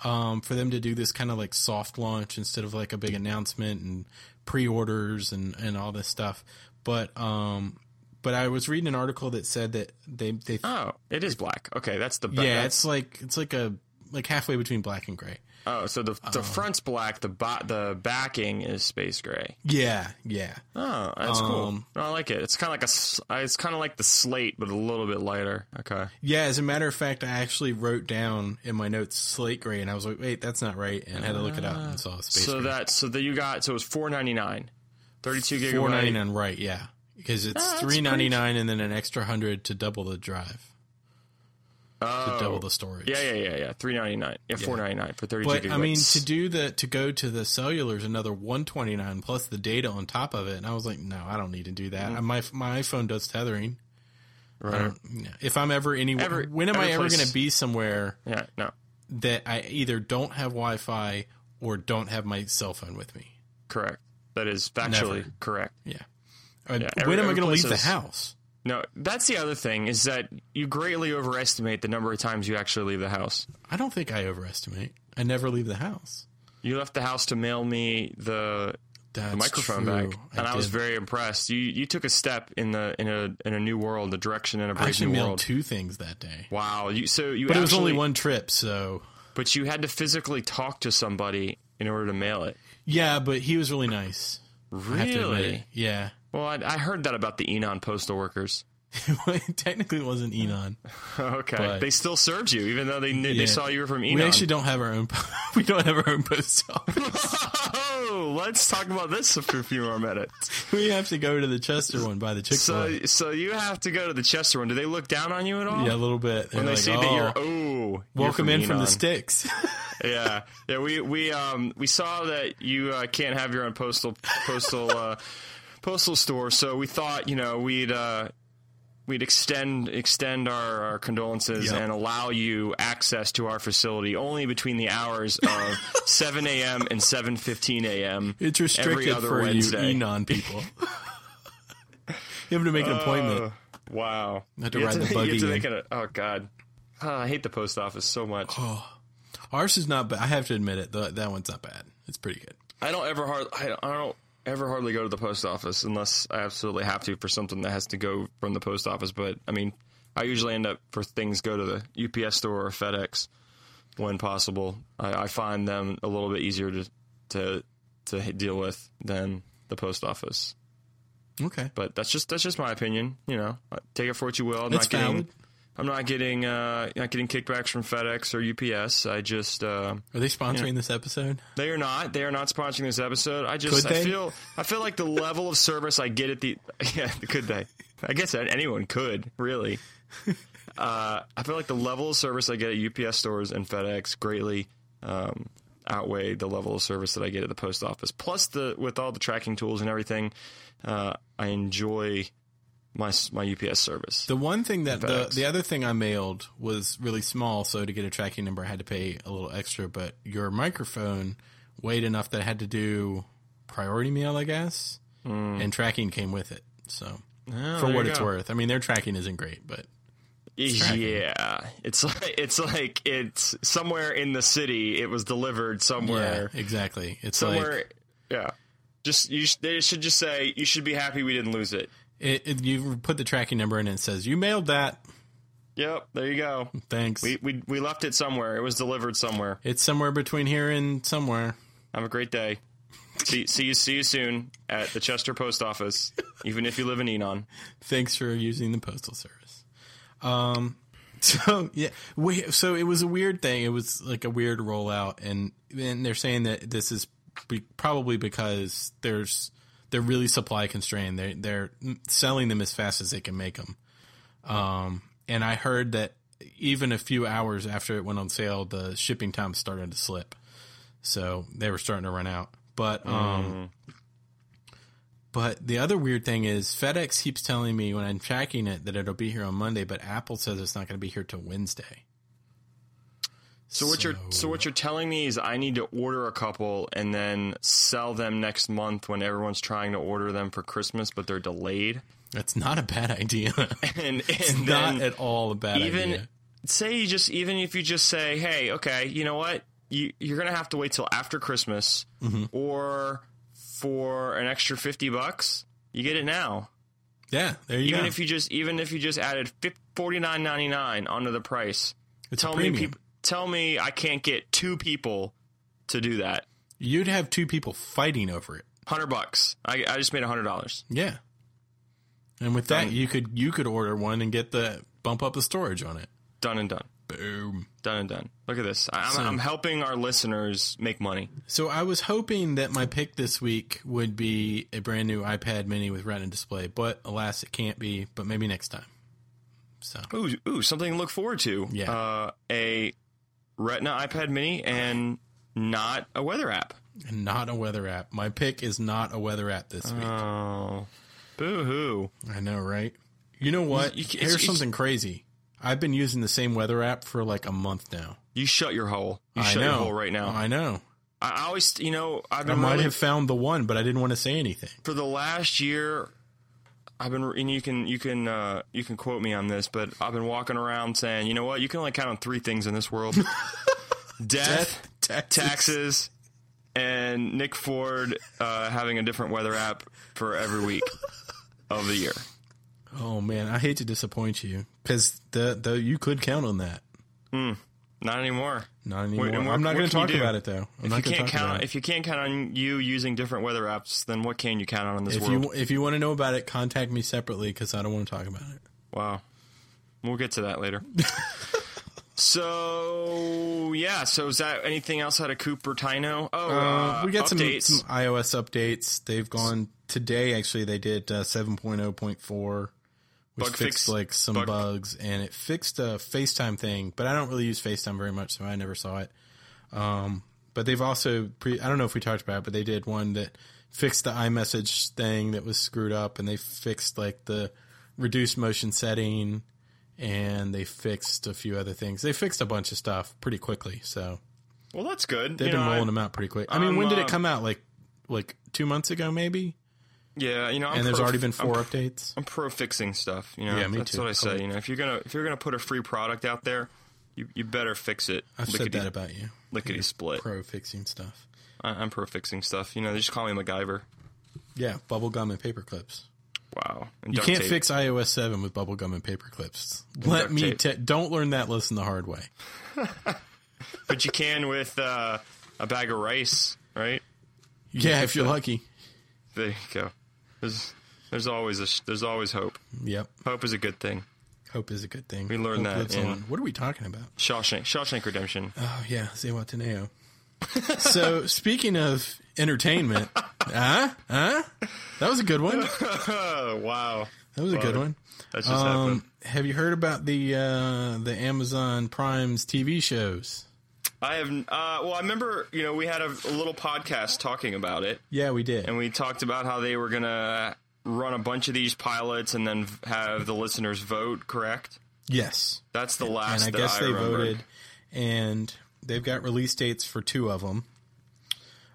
B: um, for them to do this kind of like soft launch instead of like a big announcement and pre-orders and, and all this stuff. But um, but I was reading an article that said that they they
A: Oh, it is black. Okay, that's the
B: yeah
A: that's-
B: it's like it's like a like halfway between black and gray.
A: Oh, so the the front's black, the bo- the backing is space gray.
B: Yeah, yeah,
A: Oh, that's cool.
B: Um,
A: No, I like it. It's kind of like a s- uh, it's kind of like the slate, but a little bit lighter. Okay.
B: yeah. As a matter of fact, I actually wrote down in my notes slate gray, and I was like, wait, that's not right, and I had to look it up and saw space.
A: so
B: gray.
A: that so that you got so it was four ninety nine. 32 gigabyte. Ah,
B: Four ninety nine, right? Yeah, because it's
A: that's
B: three ninety nine and then an extra hundred to double the drive,
A: Oh.
B: double the storage.
A: Yeah, yeah, yeah, yeah. Three ninety nine. Yeah, four ninety nine for thirty two
B: But
A: gigabytes.
B: I mean, to do the to go to the cellular is another one twenty nine plus the data on top of it, and I was like, no, I don't need to do that.
A: Mm-hmm.
B: My my iPhone does tethering. I
A: right.
B: don't- yeah. If I'm ever anywhere,
A: Every-
B: when am I
A: every
B: ever
A: place-
B: going to be somewhere
A: Yeah, no.
B: that I either don't have Wi Fi or don't have my cell phone with me?
A: Correct. That is factually
B: Never.
A: correct.
B: Yeah. And
A: every-
B: Uh, when am I
A: every
B: going to
A: place
B: leave the
A: is-
B: house?
A: No, that's the other thing is that you greatly overestimate the number of times you actually leave the house.
B: I don't think I overestimate. I never leave the house.
A: You left the house to mail me the
B: That's
A: the microphone
B: true.
A: back, and I, was
B: did.
A: very impressed. You you took a step in the in a in a new world, a direction in a
B: I
A: brave
B: actually
A: new
B: mailed
A: world.
B: two things that day,
A: Wow, you so you
B: but it was
A: actually-
B: only one trip. So
A: But you had to physically talk to somebody in order to mail it.
B: yeah, but he was really nice. I have to admit it.
A: Really?
B: Yeah. [LAUGHS]
A: Well, I, I heard that about the Enon postal workers. [LAUGHS]
B: Technically, it wasn't Enon.
A: okay,
B: But-
A: they still served you, even though they knew
B: Yeah.
A: they saw you were from Enon.
B: We actually don't have our own. [LAUGHS] we don't have our own post office.
A: [LAUGHS]
B: [LAUGHS]
A: oh, let's talk about this [LAUGHS] for a few more minutes.
B: we have to go to the Chester one by the Chick Fil
A: So,
B: A.
A: so you have to go to the Chester one. Do they look down on you at all?
B: yeah, a little bit. They're
A: When they
B: like,
A: see
B: oh,
A: that you're oh,
B: welcome in from the
A: state.
B: sticks. [LAUGHS]
A: yeah, yeah. We we um we saw that you uh, can't have your own postal postal uh, postal store, so we thought you know we'd uh, we'd extend extend our, our condolences
B: Yep.
A: and allow you access to our facility only between the hours
B: [LAUGHS]
A: of seven a.m. and seven fifteen a.m.
B: it's
A: every
B: restricted
A: other
B: for
A: Wednesday.
B: you Enon people.
A: [LAUGHS]
B: you have to make an
A: Uh.
B: appointment.
A: Wow,
B: Had
A: [LAUGHS]
B: to
A: You
B: ride the
A: you
B: buggy eh?
A: have to
B: in.
A: make it a- oh god, Ah, I hate the post office so much.
B: Oh. Ours is not bad. I have to admit it. Th that one's not bad. It's pretty good.
A: I don't ever hard. I don't, I don't ever hardly go to the post office unless I absolutely have to for something that has to go from the post office. But I mean, I usually end up for things go to the UPS store or FedEx when possible. I, I find them a little bit easier to to to h- deal with than the post office.
B: Okay.
A: But that's just that's just my opinion. You know, take it for what you will. I'm
B: That's
A: not getting.
B: valid.
A: I'm not getting uh, not getting kickbacks from FedEx or UPS. I just. Uh,
B: Are they sponsoring this episode?
A: they are not. They are not sponsoring this episode. I just
B: Could they?
A: I feel I feel like the level of service I get at the [LAUGHS] yeah could they? I guess anyone could
B: [LAUGHS]
A: really. Uh, I feel like the level of service I get at UPS stores and FedEx greatly um, outweigh the level of service that I get at the post office. Plus, the with all the tracking tools and everything, uh, I enjoy my s- my UPS service.
B: The one thing that the
A: FedEx.
B: the other thing I mailed was really small, so to get a tracking number, I had to pay a little extra. But your microphone weighed enough that I had to do priority mail, I guess, and tracking came with it. So
A: Oh,
B: for
A: Hmm. there
B: what
A: you
B: it's
A: go.
B: worth, I mean their tracking isn't great, but tracking.
A: Yeah, it's [LAUGHS] like it's like it's somewhere in the city. It was delivered somewhere.
B: yeah, exactly. It's
A: somewhere.
B: like
A: yeah, just you. Sh- they should just say you should be happy we didn't lose it.
B: it, it, you put the tracking number in and it says you mailed that.
A: Yep, there you go.
B: Thanks.
A: We we we left it somewhere. It was delivered somewhere.
B: it's somewhere between here and somewhere.
A: Have a great [LAUGHS] day. See, see you see you soon at the Chester Post [LAUGHS] Office. Even if you live in Enon,
B: thanks for using the postal service. Um, [LAUGHS] so yeah, we, so it was a weird thing. It was like a weird rollout, and and they're saying that this is be, probably because there's they're really supply constrained. They're they're selling them as fast as they can make them. Um, and I heard that even a few hours after it went on sale, the shipping time started to slip. So they were starting to run out. But um but the other weird thing is FedEx keeps telling me when I'm tracking it that it'll be here on Monday, but Apple says it's not going to be here till Wednesday.
A: So what you're so what you're telling me is I need to order a couple and then sell them next month when everyone's trying to order them for Christmas, but they're delayed. [LAUGHS]
B: That's not a bad idea. [LAUGHS]
A: And, and
B: not
A: then
B: at all a bad
A: even
B: idea.
A: say you just even if you just say, hey, okay, you know what, you you're gonna have to wait till after Christmas,
B: Mm-hmm.
A: or for an extra fifty bucks, you get it now.
B: Yeah, there you
A: Even
B: go.
A: if you just even if you just added forty nine ninety nine onto the price,
B: it's a
A: tell me
B: premium.
A: peop tell me I can't get two people to do that.
B: You'd have two people fighting over it.
A: Hundred bucks. I, I just made a hundred dollars.
B: Yeah. And with that,
A: Done.
B: you could you could order one and get the bump up the storage on it.
A: Done and done.
B: Boom.
A: Done and done. Look at this. I'm, I'm helping our listeners make money.
B: So I was hoping that my pick this week would be a brand new iPad Mini with Retina display, but alas, it can't be. But maybe next time. So
A: Ooh, ooh, something to look forward to.
B: Yeah.
A: Uh, a Retina iPad Mini and not a weather app.
B: and not a weather app. My pick is not a weather app this week.
A: Oh, boo hoo.
B: I know, right? You know what?
A: You- you- it's-
B: Here's
A: it's-
B: something crazy. I've been using the same weather app for like a month now.
A: You shut your hole. You
B: I
A: shut
B: know
A: your hole right now. I,
B: I know.
A: I always, you know, I've
B: I
A: been
B: might
A: really,
B: have found the one, but I didn't want to say anything.
A: for the last year. I've been, and you can, you can, uh, you can quote me on this, but I've been walking around saying, you know what, you can only count on three things in this
B: [LAUGHS]
A: world: death
B: taxes.
A: taxes and Nick Ford uh, having a different weather app for every week of the year.
B: Oh man, I hate to disappoint you because the though you could count on that.
A: Not anymore.
B: Not anymore.
A: and what-
B: I'm not
A: what
B: going to
A: can you
B: talk
A: do?
B: about it though. I'm not
A: If you
B: going
A: can't
B: to talk about
A: count
B: it.
A: if you can't count on you using different weather apps, then what can you count on in this
B: If
A: world?
B: you if you want to know about it, contact me separately because I don't want to talk about it.
A: wow. We'll get to that
B: [LAUGHS]
A: later. so yeah, so is that anything else out of Cooper Tino? Oh, uh,
B: we got some,
A: updates.
B: some iOS updates. They've gone today. Actually, they did uh, 7.0.4, which
A: Bug
B: fixed
A: fix.
B: like some
A: Bug-
B: bugs, and it fixed a FaceTime thing. But I don't really use FaceTime very much, so I never saw it. Um, but they've also pre- I don't know if we talked about it, but they did one that fixed the iMessage thing that was screwed up, and they fixed like the reduced motion setting, and they fixed a few other things. They fixed a bunch of stuff pretty quickly, so.
A: well, that's good.
B: They've
A: You
B: been
A: know, I-
B: rolling them out pretty quick. I mean,
A: I'm,
B: when did it
A: uh,
B: come out? Like like two months ago, maybe.
A: yeah, you know, I'm
B: And there's
A: pro-
B: already been
A: I'm
B: 4 updates.
A: I'm pro fixing stuff. You know,
B: Yeah, me
A: that's
B: too.
A: what I say.
B: I'm-
A: You know, if you're gonna if you're gonna put a free product out there, you, you better fix it.
B: I've said that about you.
A: Lickety split.
B: Pro fixing stuff.
A: I, I'm pro fixing stuff. You know, they just call me MacGyver.
B: Yeah, bubble gum and paper clips.
A: Wow. And
B: You
A: duct
B: can't
A: tape.
B: fix iOS 7 with bubble gum and paper clips. Let
A: duct
B: me
A: tape.
B: te- don't learn that lesson the hard way.
A: but you can with uh, a bag of rice, right?
B: Yeah, if you're lucky.
A: There you go. There's there's always a sh- there's always hope.
B: Yep.
A: Hope is a good thing.
B: Hope is a good thing.
A: We learned
B: Hope
A: that
B: lives
A: in-
B: on. What are we talking about?
A: Shawshank Shawshank Redemption.
B: Oh yeah, Zewataneo. [LAUGHS] so speaking of
A: [LAUGHS]
B: entertainment, huh? Huh? That was a good one. That
A: Oh wow,
B: was a good one.
A: that's just happened.
B: Um, have you heard about the uh, the Amazon Prime's TV shows?
A: I have uh, well, I remember you know we had a, a little podcast talking about it.
B: Yeah, we did.
A: and we talked about how they were gonna run a bunch of these pilots and then v- have the listeners vote. Correct?
B: yes,
A: That's the
B: and
A: last.
B: I
A: that
B: guess they
A: remembered.
B: voted, and they've got release dates for two of them.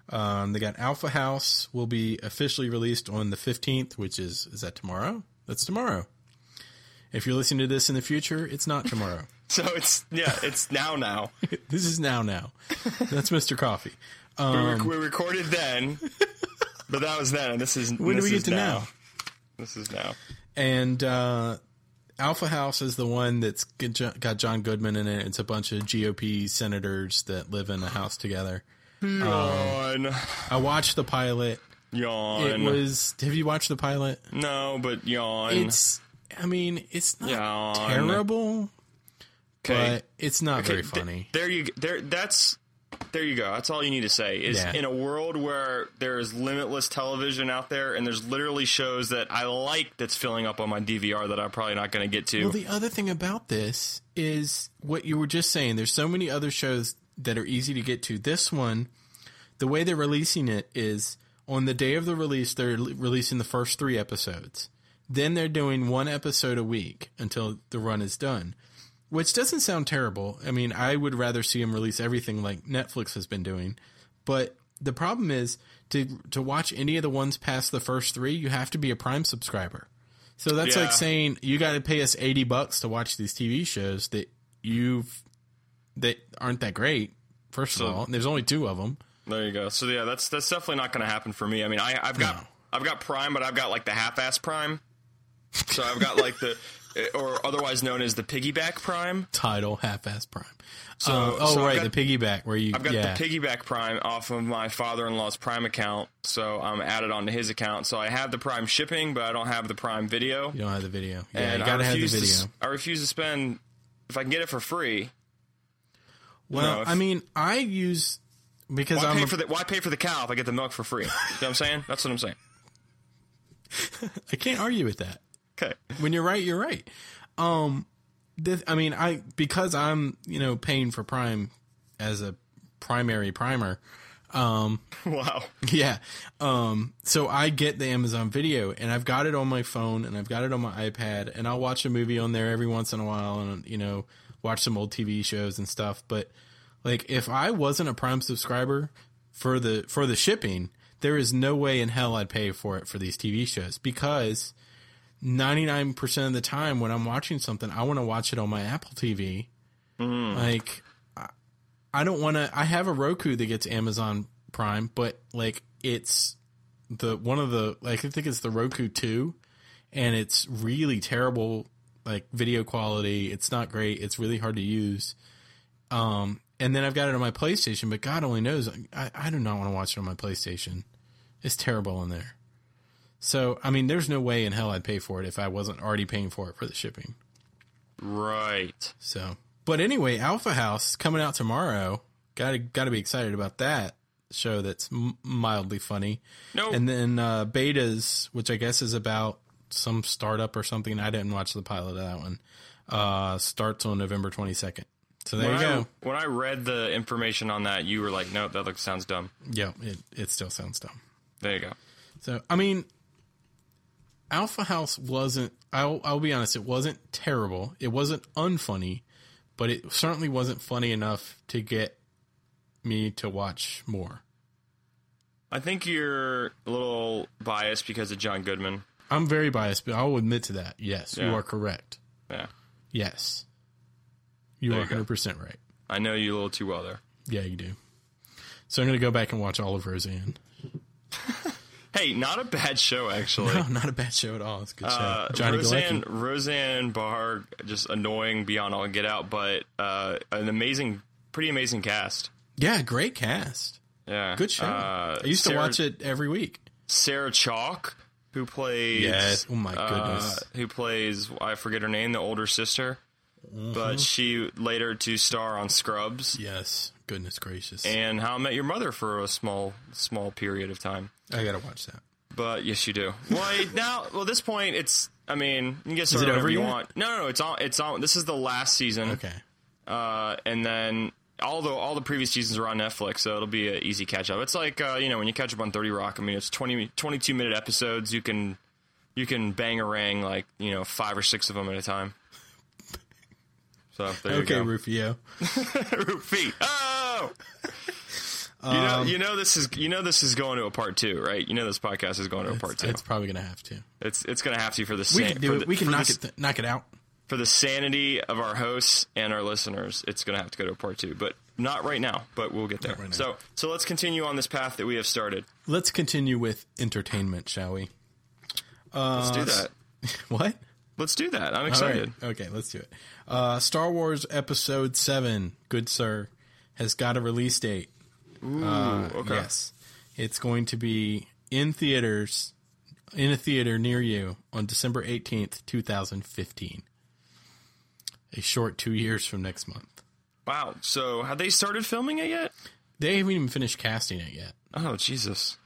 B: Um, they got Alpha House will be officially released on the fifteenth, which is is that tomorrow? That's tomorrow. If you're listening to this in the future, it's not [LAUGHS] tomorrow.
A: [LAUGHS] So it's yeah, it's now. Now
B: this is now. Now, that's Mr. Coffee.
A: we,
B: Um,
A: rec- we recorded then, but that was then, and this is
B: When
A: this
B: do we
A: is
B: get to now?
A: This is now.
B: and uh, Alpha House is the one that's got Jo- got John Goodman in it. It's a bunch of GOP senators that live in a house together.
A: Yawn,
B: I watched the pilot. It
A: yawn.
B: was. Have you watched the pilot?
A: no, but yawn.
B: It's. I mean, it's not
A: Yawn.
B: terrible,
A: Okay.
B: but it's not very
A: Th-
B: funny.
A: there you. g- There. That's There you go. That's all you need to say. Is
B: Yeah.
A: in a world where there is limitless television out there, and there's literally shows that I like that's filling up on my DVR that I'm probably not going to get to.
B: Well, the other thing about this is what you were just saying. There's so many other shows that are easy to get to. This one, the way they're releasing it is on the day of the release, they're l- releasing the first three episodes. Then they're doing one episode a week until the run is done, which doesn't sound terrible. I mean, I would rather see them release everything like Netflix has been doing. But the problem is to to watch any of the ones past the first three, you have to be a Prime subscriber. So that's
A: Yeah.
B: like saying you got to pay us eighty bucks to watch these TV shows that you've that aren't that great. First of all, and there's only two of them.
A: There you go. So yeah, that's that's definitely not going to happen for me. I mean, I, I've got I've got Prime, but I've got like the half-ass Prime. So I've got like the, eh, or otherwise known as the piggyback Prime.
B: Title half-ass Prime.
A: So-
B: Um, oh
A: so I've
B: right,
A: got-
B: the piggyback where you
A: I've got
B: yeah
A: the piggyback Prime off of my father-in-law's Prime account, so I'm added onto his account. So I have the Prime shipping, but I don't have the Prime video.
B: you don't have the video. Yeah,
A: and
B: you gotta
A: I
B: have the
A: refuse
B: video.
A: To, s- I refuse to spend if I can get it for free.
B: well,
A: know, if-
B: I mean, I use because
A: Why
B: I'm
A: pay
B: a,
A: for the Why pay for the cow if I get the milk for free? You know what I'm saying? That's what I'm saying.
B: I can't argue with that.
A: Okay. [LAUGHS]
B: when you're right, you're right. Um, this, I mean, I because I'm you know paying for Prime as a primary primer. Um,
A: Wow.
B: [LAUGHS] yeah. Um, so I get the Amazon Video, and I've got it on my phone, and I've got it on my iPad, and I'll watch a movie on there every once in a while, and you know, watch some old TV shows and stuff. But like, if I wasn't a Prime subscriber for the for the shipping, there is no way in hell I'd pay for it for these TV shows because ninety nine percent of the time when I'm watching something, I want to watch it on my Apple TV. Like I don't want to. I have a Roku that gets Amazon Prime, but like it's the one of the like I think it's the Roku two, and it's really terrible like video quality. It's not great. It's really hard to use. Um, and then I've got it on my PlayStation, but God only knows I I do not want to watch it on my PlayStation. It's terrible in there. So I mean, there's no way in hell I'd pay for it if I wasn't already paying for it for the shipping.
A: Right.
B: So, but anyway, Alpha House coming out tomorrow. Got to got to be excited about that show. That's m- mildly funny.
A: No.
B: And then uh, Betas, which I guess is about some startup or something. I didn't watch the pilot of that one. Uh, starts on November twenty second. So there
A: when
B: you
A: I,
B: go.
A: When I read the information on that, you were like, "No, that looks sounds dumb."
B: Yeah, it it still sounds dumb.
A: There you go.
B: So I mean, Alpha House wasn't. I'll I'll be honest. It wasn't terrible. It wasn't unfunny, but it certainly wasn't funny enough to get me to watch more.
A: I think you're a little biased because of John Goodman.
B: I'm very biased, but I'll admit to that. Yes, you
A: Yeah.
B: are correct.
A: Yeah,
B: Yes, you
A: There
B: are
A: you go.
B: 100 percent right.
A: I know you a little too well there.
B: Yeah, you do. So I'm gonna go back and watch all of Roseanne.
A: Hey, not a bad show actually.
B: [LAUGHS] Oh, not a bad show at all. It's a good show.
A: Uh,
B: Johnny
A: Roseanne,
B: Galecki.
A: Roseanne Barr, just annoying beyond all get out, but uh, an amazing, pretty amazing cast.
B: Yeah, great cast.
A: Yeah,
B: Good show.
A: Uh,
B: I used to
A: Sarah,
B: watch it every week.
A: Sarah Chalk, who plays,
B: Yes. Oh my
A: uh,
B: goodness.
A: who plays I forget her name, the older sister, but she later to star on Scrubs.
B: Mm-hmm. Yes. Goodness gracious.
A: and How I Met Your Mother for a small small period of time.
B: I gotta watch that.
A: But yes, you do. Well, I- now, well, at this point, it's. I mean, you can get
B: it
A: started whenever
B: over
A: you
B: yet?
A: want. No, no, no, it's on. It's on. This is the last season,
B: Okay.
A: uh, and then all the all the previous seasons are on Netflix, so it'll be an easy catch up. It's like uh, you know when you catch up on Thirty Rock. I mean, it's 20, 22 minute episodes. You can you can bang a ring like you know five or six of them at a time. So there you
B: Okay,
A: go.
B: Rufio.
A: [LAUGHS] feet. Oh. You know,
B: Um,
A: you know this is you know this is going to a part two, right? You know this podcast is going to a part two.
B: It's probably gonna have to.
A: It's it's going to have to for the
B: We
A: san-
B: can
A: for
B: do it.
A: the-
B: We can
A: for
B: knock
A: the,
B: it th- knock it out.
A: for the sanity of our hosts and our listeners. It's going to have to go to a part two, but not right now. But we'll get there.
B: right now.
A: so so let's continue on this path that we have started.
B: Let's continue with entertainment, shall we?
A: Let's do that.
B: What?
A: Let's do that. I'm
B: Uh, All right.
A: excited.
B: Okay, let's do it. Uh, Star Wars Episode Seven, good sir, has got a release date.
A: Ooh, okay.
B: Yes, it's going to be in theaters, in a theater near you on December eighteenth, two thousand fifteen. A short two years from next month.
A: Wow. So have they started filming it yet?
B: They haven't even finished casting it yet.
A: Oh Jesus.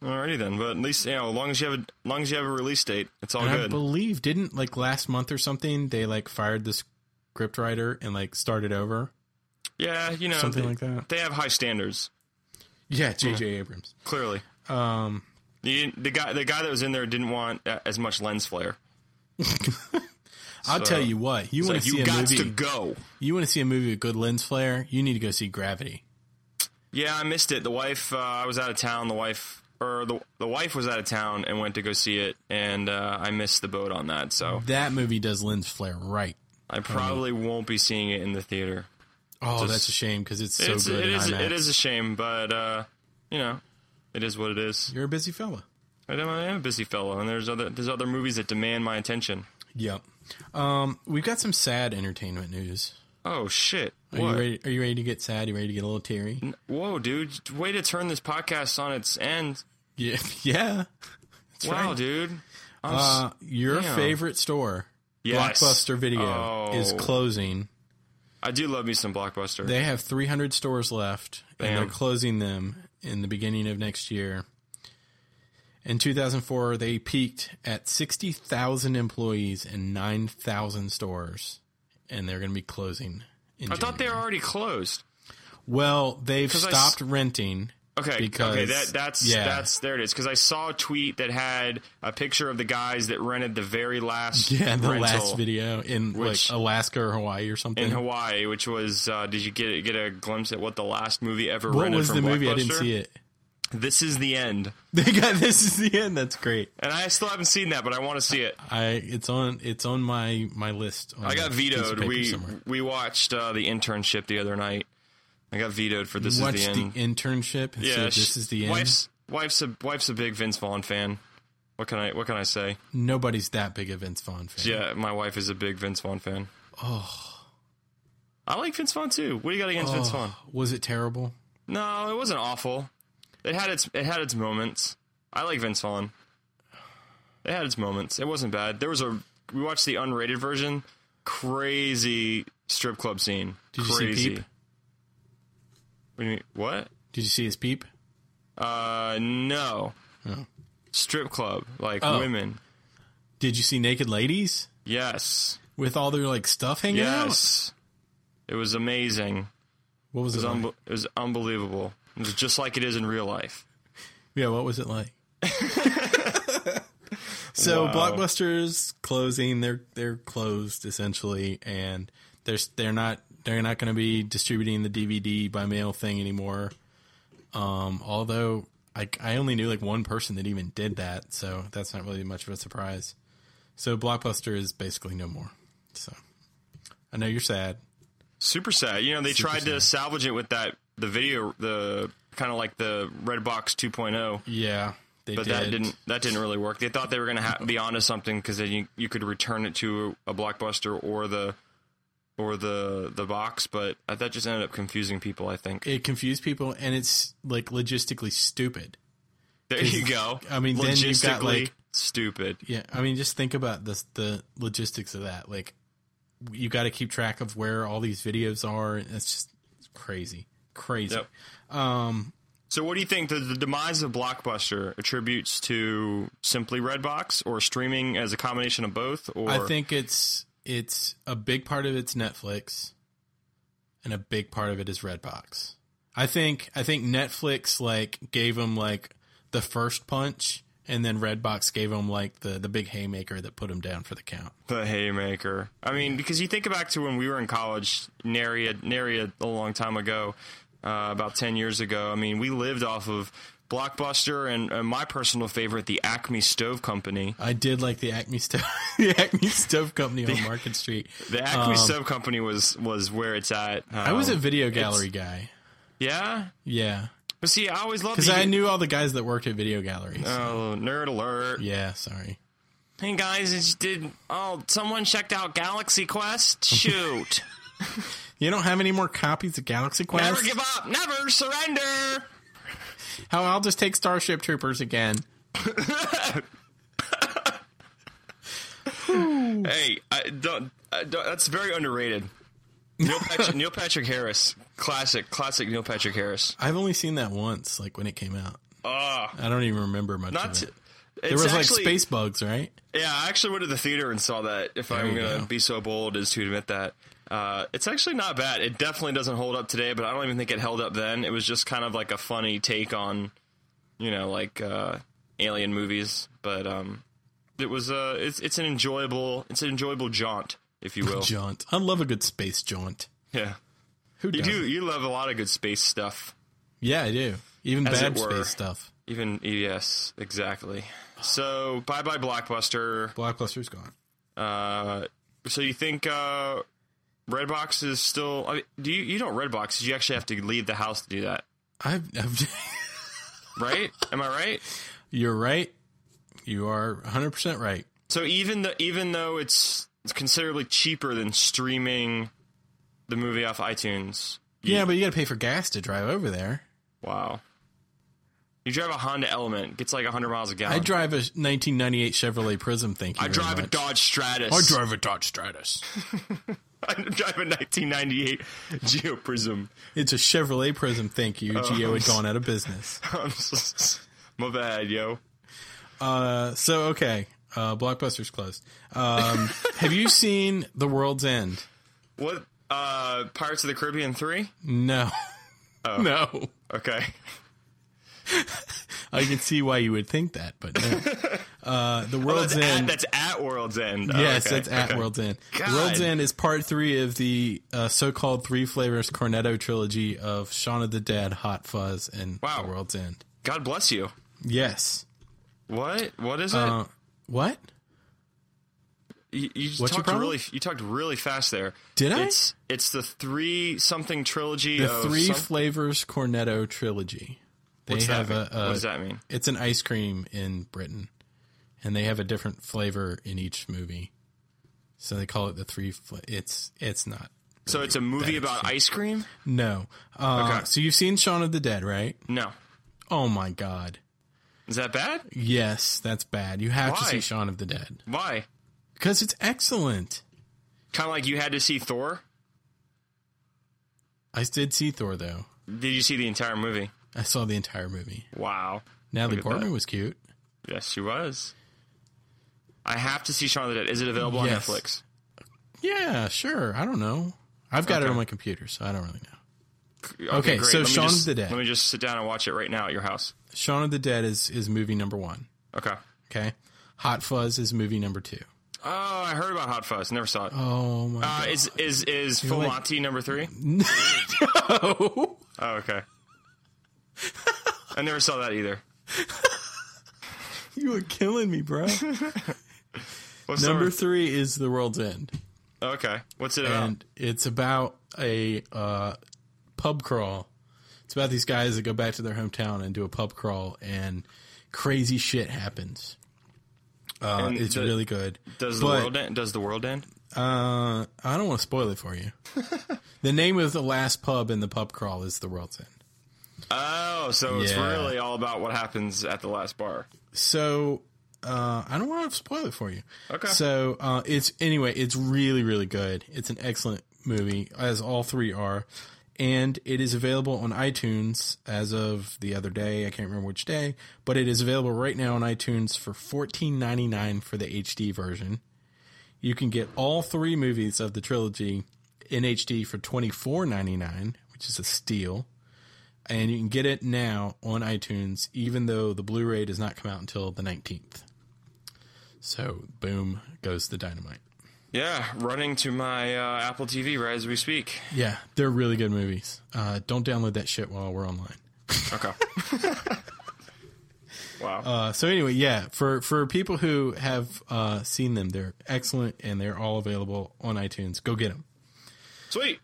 A: Alrighty then, but at least you know, as long as you have a, as long as you have a release date, it's all
B: And I
A: good.
B: believe didn't like last month or something they like fired the script writer and like started over
A: yeah, you know,
B: something
A: they,
B: like that.
A: they have high standards.
B: Yeah, J.J. Abrams.
A: Clearly,
B: Um,
A: the, the guy the guy that was in there didn't want uh, as much lens flare.
B: I'll
A: So,
B: tell you what. You
A: It's
B: want
A: like
B: to see
A: you
B: a
A: got
B: movie?
A: to go.
B: You want to see a movie with good lens flare? You need to go see Gravity.
A: Yeah, I missed it. The wife, uh, I was out of town. The wife, or the the wife was out of town and went to go see it, and uh, I missed the boat on that. So
B: That movie does lens flare right.
A: I probably won't be seeing it in the theater.
B: Oh, that's a shame because it's so
A: it's
B: good.
A: it
B: in
A: is
B: IMAX.
A: it is a shame, but uh, you know, it is what it is.
B: You're a busy fella.
A: I am I am a busy fellow, and there's other there's other movies that demand my attention.
B: Yep. Um, we've got some sad entertainment news.
A: Oh shit! What?
B: Are
A: Mm.
B: you ready? Are you ready to get sad? You ready to get a little teary?
A: Whoa, dude! Way to turn this podcast on its end.
B: Yeah, [LAUGHS] yeah.
A: wow,
B: right.
A: dude! I'm s-
B: Uh, your
A: Damn.
B: favorite store,
A: Yes.
B: Blockbuster Video,
A: Oh.
B: is closing.
A: I do love me some blockbuster.
B: They have 300 stores left, and
A: Bam.
B: they're closing them in the beginning of next year. In 2004, they peaked at 60,000 employees and 9,000 stores, and they're going to be closing. In
A: I thought they were already closed.
B: Well, they've
A: 'Cause I s-
B: stopped renting.
A: Okay,
B: Because-
A: okay, that that's
B: yeah.
A: that's there it is. Because I saw a tweet that had a picture of the guys that rented the very last
B: [LAUGHS] Yeah, the
A: rental
B: last video in
A: which-
B: like Alaska or Hawaii or something.
A: in Hawaii, which was uh, did you get get a glimpse at what the last movie ever
B: what
A: rented
B: was
A: from
B: the movie? I didn't
A: Blockbuster?
B: see it. [LAUGHS]
A: This is the end,
B: They got this is the end. That's great.
A: and I still haven't seen that, but I want to see it.
B: I it's on it's on my my list. On
A: I got
B: a piece of
A: vetoed.
B: paper
A: We
B: somewhere.
A: we watched uh, the internship the other night. I got vetoed for this
B: watched
A: is the
B: the,
A: end.
B: internship. And said,
A: sh-
B: this is the end.
A: Wife's wife's a wife's a big Vince Vaughn fan. What can I what can I say?
B: Nobody's that big of Vince Vaughn fan.
A: Yeah, my wife is a big Vince Vaughn fan. Oh. I like Vince Vaughn too. What do you got against
B: Oh.
A: Vince Vaughn?
B: [SIGHS] Was it terrible?
A: No, it wasn't awful. It had its it had its moments. I like Vince Vaughn. It had its moments. It wasn't bad. There was a we watched the unrated version. Crazy strip club scene.
B: Did you see
A: Crazy.
B: Peep?
A: What do you mean? What?
B: Did you see his peep?
A: Uh, no.
B: Oh.
A: Strip club, like
B: Oh.
A: women.
B: Did you see naked ladies
A: Yes.
B: with all their like stuff hanging out?
A: Yes. It was amazing.
B: What was
A: It
B: it?
A: was,
B: Like?
A: unbe- it was unbelievable. It was just like it is in real life.
B: Yeah, what was it like? [LAUGHS] so
A: Wow.
B: blockbusters closing. They're they're closed essentially, and they're they're not they're not going to be distributing the DVD by mail thing anymore. Um, although I I only knew like one person that even did that, so that's not really much of a surprise. So blockbuster is basically no more. So I know you're sad.
A: Super sad. You know, they tried to salvage it with that the video the kind of like the Red Box 2.0,
B: Yeah, they
A: oh, but
B: did.
A: that didn't that didn't really work. They thought they were going to ha- be onto something cuz then you, you could return it to a blockbuster or the or the the box, but uh, that just ended up confusing people, I think.
B: It confused people, and it's like logistically stupid.
A: There you go.
B: I mean, then you've got,
A: Logistically
B: like-
A: stupid.
B: Yeah, I mean, just think about this, the logistics of that. Like, you got to keep track of where all these videos are. It's just crazy, crazy. Um,
A: Yep. So, what do you think the, the demise of Blockbuster attributes to simply Redbox or streaming as a combination of both? Or
B: I think it's it's a big part of it's Netflix, and a big part of it is Redbox. I think I think Netflix like gave them like the first punch, and then Redbox gave them like the the big haymaker that put them down for the count.
A: the haymaker. I mean, because you think back to when we were in college, nary a, nary a, a long time ago, uh, about ten years ago. I mean, we lived off of Blockbuster and, and my personal favorite, the Acme Stove Company.
B: I did like the Acme Stove, [LAUGHS] the Acme Stove Company on Market Street.
A: The Acme Stove Company was was where it's at.
B: Um, I was a video gallery guy.
A: yeah.
B: Yeah.
A: But see, I always loved
B: Because
A: the-
B: I knew all the guys that worked at video galleries.
A: Oh, nerd alert!
B: yeah, sorry.
A: Hey guys, it's did oh someone checked out Galaxy [LAUGHS] Quest? Shoot.
B: You don't have any more copies of Galaxy
A: never
B: Quest?
A: give up, never surrender.
B: How I'll just take Starship Troopers again.
A: Hey, I don't, I don't- that's very underrated. [LAUGHS] Neil Patrick, Neil Patrick Harris, classic, classic Neil Patrick Harris.
B: I've only seen that once, like when it came out.
A: Ah,
B: I don't even remember much
A: not.
B: of
A: To,
B: it.
A: it's
B: There was
A: actually-
B: like space bugs, right?
A: Yeah, I actually went to the theater and saw that. If I'm
B: you
A: gonna
B: go.
A: be so bold as to admit that, uh, it's actually not bad. It definitely doesn't hold up today, but I don't even think it held up then. It was just kind of like a funny take on, you know, like uh, alien movies. But um, it was uh, it's it's an enjoyable it's an enjoyable jaunt, if you will.
B: [LAUGHS] Jaunt. I love a good space jaunt.
A: yeah,
B: Who
A: you
B: doesn't?
A: do. You love a lot of good space stuff.
B: Yeah, I do. Even
A: As
B: bad
A: it were.
B: space stuff.
A: Even yes, exactly. So bye bye blockbuster.
B: Blockbuster's gone.
A: Uh, so you think uh, Redbox is still? I mean, do you you don't Redbox? 'cause You actually have to leave the house to do that,
B: I've, I've [LAUGHS]
A: right? Am I right?
B: You're right. You are 100% right.
A: So even the even though it's considerably cheaper than streaming the movie off iTunes,
B: Yeah, but you got to pay for gas to drive over there.
A: wow. You drive a Honda Element, gets like 100 miles a gallon.
B: I drive a 1998 Chevrolet Prism, thank you.
A: I
B: very
A: drive a
B: much.
A: Dodge Stratus.
B: I drive a Dodge Stratus.
A: [LAUGHS] I drive a 1998 Geo Prism. [LAUGHS]
B: It's a Chevrolet Prism, thank you.
A: Oh.
B: Geo had gone out of business.
A: I'm so- [LAUGHS] My bad, yo.
B: Uh, so okay, uh, Blockbuster's closed. Um, [LAUGHS] have you seen The World's End?
A: What? Uh, Pirates of the Caribbean 3?
B: No,
A: Oh.
B: [LAUGHS] no.
A: Okay.
B: I can see why you would think that, but no. Uh, the World's
A: That's Oh, at,
B: End.
A: that's at World's End. Oh,
B: yes,
A: okay.
B: that's at
A: Okay.
B: World's End.
A: God.
B: World's End is part three of the uh, so-called Three Flavors Cornetto trilogy of Shaun of the Dead, Hot Fuzz, and
A: Wow.
B: The World's End.
A: God bless you.
B: Yes.
A: What? What is it?
B: Uh, what?
A: you, you
B: what's your
A: talked
B: problem?
A: really. You talked really fast there.
B: Did I?
A: It's it's the three something trilogy.
B: The
A: of
B: Three
A: some-
B: Flavors Cornetto trilogy. They
A: what's that
B: have
A: mean?
B: a, a
A: what does that mean?
B: It's an ice cream in Britain, and they have a different flavor in each movie. So they call it the three. Fla- it's it's not
A: So it's a movie about ice cream.
B: no. Uh,
A: Okay.
B: So you've seen Shaun of the Dead, right?
A: No,
B: Oh my God!
A: is that bad?
B: Yes, that's bad. You have to
A: Why?
B: see Shaun of the Dead
A: Why?
B: because it's excellent.
A: Kind of like you had to see Thor.
B: I did see Thor though.
A: Did you see the entire movie?
B: I saw the entire movie.
A: Wow.
B: Natalie
A: Look at that.
B: Portman was cute.
A: Yes, she was. I have to see Shaun of the Dead. Is it available
B: Yes.
A: on Netflix?
B: Yeah, sure. I don't know. I've got it
A: Okay.
B: on my computer, so I don't really
A: Okay,
B: know. Okay,
A: great.
B: so
A: Let me
B: Shaun of
A: just-
B: the Dead.
A: Let me just sit down and watch it right now at your house.
B: Shaun of the Dead is is movie number one.
A: Okay.
B: Okay, Hot Fuzz is movie number two.
A: Oh, I heard about Hot Fuzz. Never saw it.
B: Oh my
A: Uh, is is is Full
B: like-
A: Monty number
B: [LAUGHS]
A: three?
B: Oh,
A: Oh, okay. I never saw that either.
B: [LAUGHS] you are killing me, [LAUGHS] bro.
A: What's
B: Number three is The World's End,
A: Okay. What's it about?
B: and it's about a uh, pub crawl. It's about these guys that go back to their hometown and do a pub crawl, and crazy shit happens. Uh,
A: And
B: it's
A: the-
B: really good.
A: Does the
B: but-
A: world end? Does the world end?
B: Uh, I don't want to spoil it for [LAUGHS] you. the name of the last pub in the pub crawl is The World's End.
A: Oh, so it's
B: Yeah.
A: really all about what happens at the last bar.
B: So uh, I don't want to spoil it for you.
A: Okay.
B: So uh, it's anyway, it's really really good. It's an excellent movie, as all three are, and it is available on iTunes as of the other day. I can't remember which day, but it is available right now on iTunes for fourteen ninety nine for the HD version. You can get all three movies of the trilogy in HD for twenty four ninety nine, which is a steal and you can get it now on iTunes, even though the Blu-ray does not come out until the 19th. So, boom goes the dynamite.
A: Yeah, running to my uh, Apple TV right as we speak.
B: Yeah, they're really good movies. Uh, don't download that shit while we're online.
A: Okay. [LAUGHS] wow.
B: Uh, so anyway, yeah, for for people who have uh, seen them, they're excellent and they're all available on iTunes. Go get them.
A: Sweet.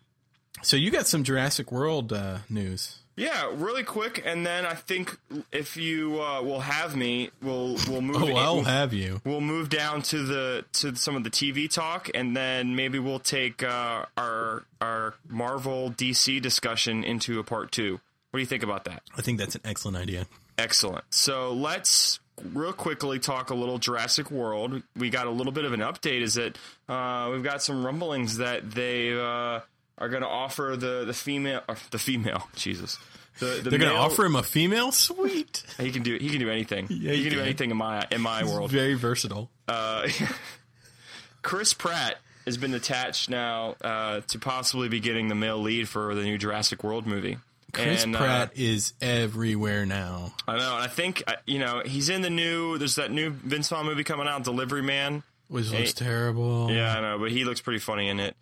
B: So you got some Jurassic World uh, news.
A: Yeah, really quick, and then I think if you uh, will have me, we'll we'll move.
B: Oh,
A: in-
B: I'll have you.
A: we'll move down to the to some of the TV talk, and then maybe we'll take uh, our our Marvel DC discussion into a part two. What do you think about that?
B: I think that's an excellent idea.
A: Excellent. So let's real quickly talk a little Jurassic World. We got a little bit of an update. Is that uh, we've got some rumblings that they uh, are going to offer the the female or the female [LAUGHS] Jesus. The, the
B: They're going to
A: male-
B: offer him a female? Sweet.
A: He can do. He can do anything.
B: Yeah,
A: he
B: he
A: can, do
B: can.
A: anything in my in my world.
B: Very versatile.
A: Chris Pratt has been attached now uh, to possibly be getting the male lead for the new Jurassic World movie.
B: Chris
A: And, uh,
B: Pratt is everywhere now.
A: I know, and I think uh, you know he's in the new. There's that new Vince Vaughn movie coming out, Delivery Man.
B: Which looks terrible.
A: Yeah, I know, but he looks pretty funny in it.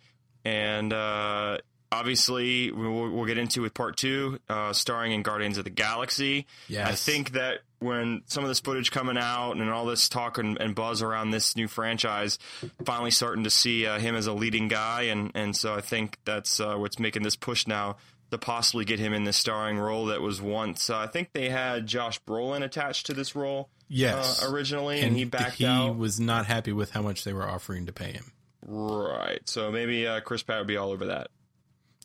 A: And uh, obviously, we'll, we'll get into with part two, uh, starring in Guardians of the Galaxy.
B: Yes.
A: I think that when some of this footage coming out and all this talk and, and buzz around this new franchise, finally starting to see uh, him as a leading guy, and and so I think that's uh, what's making this push now. To possibly get him in this starring role that was once, uh, I think they had Josh Brolin attached to this role
B: Yes.
A: uh, originally, and, he backed
B: he
A: out.
B: was not happy with how much they were offering to pay him. [LAUGHS]
A: Right. So maybe uh, Chris Pratt would be all over that.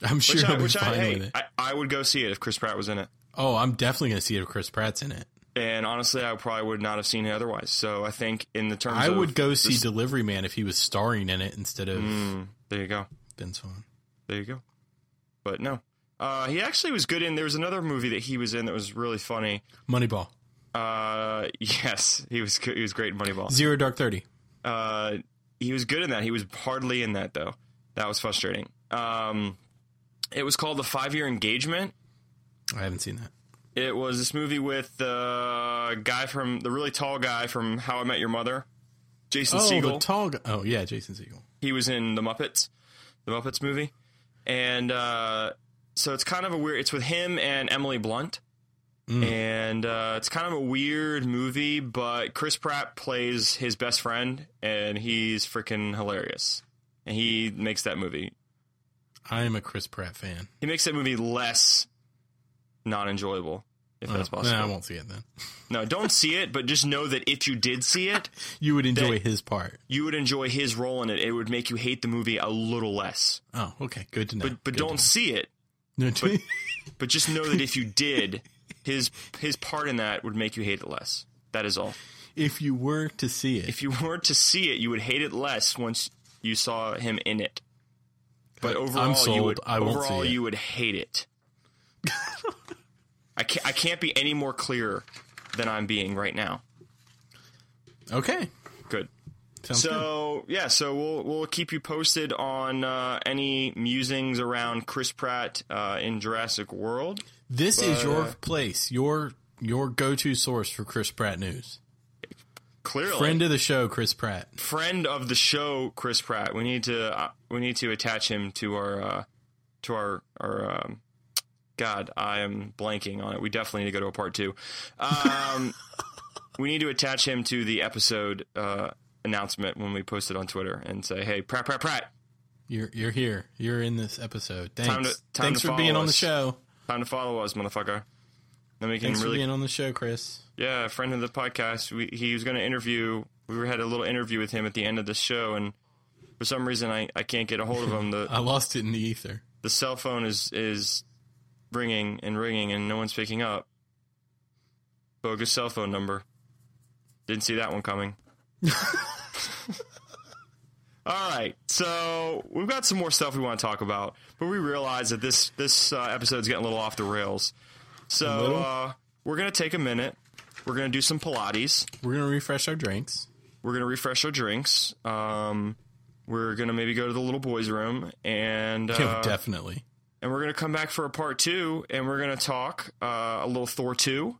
B: I'm sure
A: Which, I,
B: he'll be
A: which I,
B: fine
A: hey,
B: with it.
A: I, I would go see it if Chris Pratt was in it.
B: oh, I'm definitely going to see it if Chris Pratt's in it.
A: And honestly, I probably would not have seen it otherwise. So I think in the terms
B: I
A: of
B: would go see
A: this-
B: Delivery Man if he was starring in it instead of
A: Mm, there you go.
B: Vince Vaughn.
A: There you go. But no. Uh, he actually was good in. There was another movie that he was in that was really funny.
B: Moneyball.
A: Uh, [LAUGHS] yes, he was good- he was great in Moneyball.
B: Zero Dark Thirty.
A: Uh, he was good in that. He was hardly in that though. That was frustrating. Um, it was called the Five Year Engagement.
B: I haven't seen that.
A: It was this movie with the guy from the really tall guy from How I Met Your Mother, Jason
B: Oh,
A: Segel.
B: the tall guy. Oh, yeah, Jason Segel.
A: he was in the Muppets, the Muppets movie, and uh, so it's kind of a weird. It's with him and Emily Blunt,
B: Mm.
A: and uh, it's kind of a weird movie. But Chris Pratt plays his best friend, and he's freaking hilarious. And he makes that movie.
B: I am a Chris Pratt fan.
A: He makes that movie less non enjoyable, if that's
B: Oh,
A: possible.
B: nah, I won't see it then.
A: No, don't see it, but just know that if you did see it,
B: You would enjoy his part.
A: you would enjoy his role in it. It would make you hate the movie a little less.
B: Oh, okay, good to know.
A: But but
B: Good
A: don't see it.
B: to know. [LAUGHS] No,
A: But just know that if you did, his his part in that would make you hate it less. That is all.
B: if you were to see it,
A: If you were to see it, you would hate it less once you saw him in it. But overall, you
B: sold.
A: would
B: I won't see
A: overall
B: it.
A: you would hate
B: [LAUGHS]
A: it. I can't, I can't be any more clear than I'm being right now.
B: okay,
A: Good.
B: sounds good.
A: So yeah, so we'll we'll keep you posted on uh, any musings around Chris Pratt uh, in Jurassic World.
B: This is your
A: uh,
B: place, your your go to source for Chris Pratt news.
A: Clearly,
B: Friend of the show, Chris Pratt.
A: friend of the show, Chris Pratt. We need to uh, we need to attach him to our uh, to our our. Um, God, I am blanking on it. We definitely need to go to a part two.
B: [LAUGHS]
A: Um, we need to attach him to the episode uh, announcement when we post it on Twitter and say, "Hey, Pratt, Pratt, Pratt,
B: You're you're here. You're in this episode. Thanks.
A: Time to- time
B: Thanks
A: to
B: for being
A: follow
B: on the
A: us.
B: show.
A: time to follow us, motherfucker." Then we can
B: Thanks
A: really
B: for being on the show, Chris.
A: Yeah, a friend of the podcast. We, he was going to interview. We were- had a little interview with him at the end of the show, and for some reason, I, I can't get a hold of him. The
B: I lost it in the ether.
A: the cell phone is is ringing and ringing, and no one's picking up. Bogus cell phone number. Didn't see that one coming. All right, so we've got some more stuff we want to talk about, but we realize that this this uh, episode's getting a little off the rails. So
B: little?
A: uh, we're gonna take a minute. We're gonna do some Pilates.
B: We're gonna refresh our drinks.
A: We're gonna refresh our drinks. Um, we're gonna maybe go to the little boys' room and uh,
B: Yeah, [LAUGHS] definitely.
A: and we're gonna come back for a part two, and we're gonna talk uh, a little Thor two.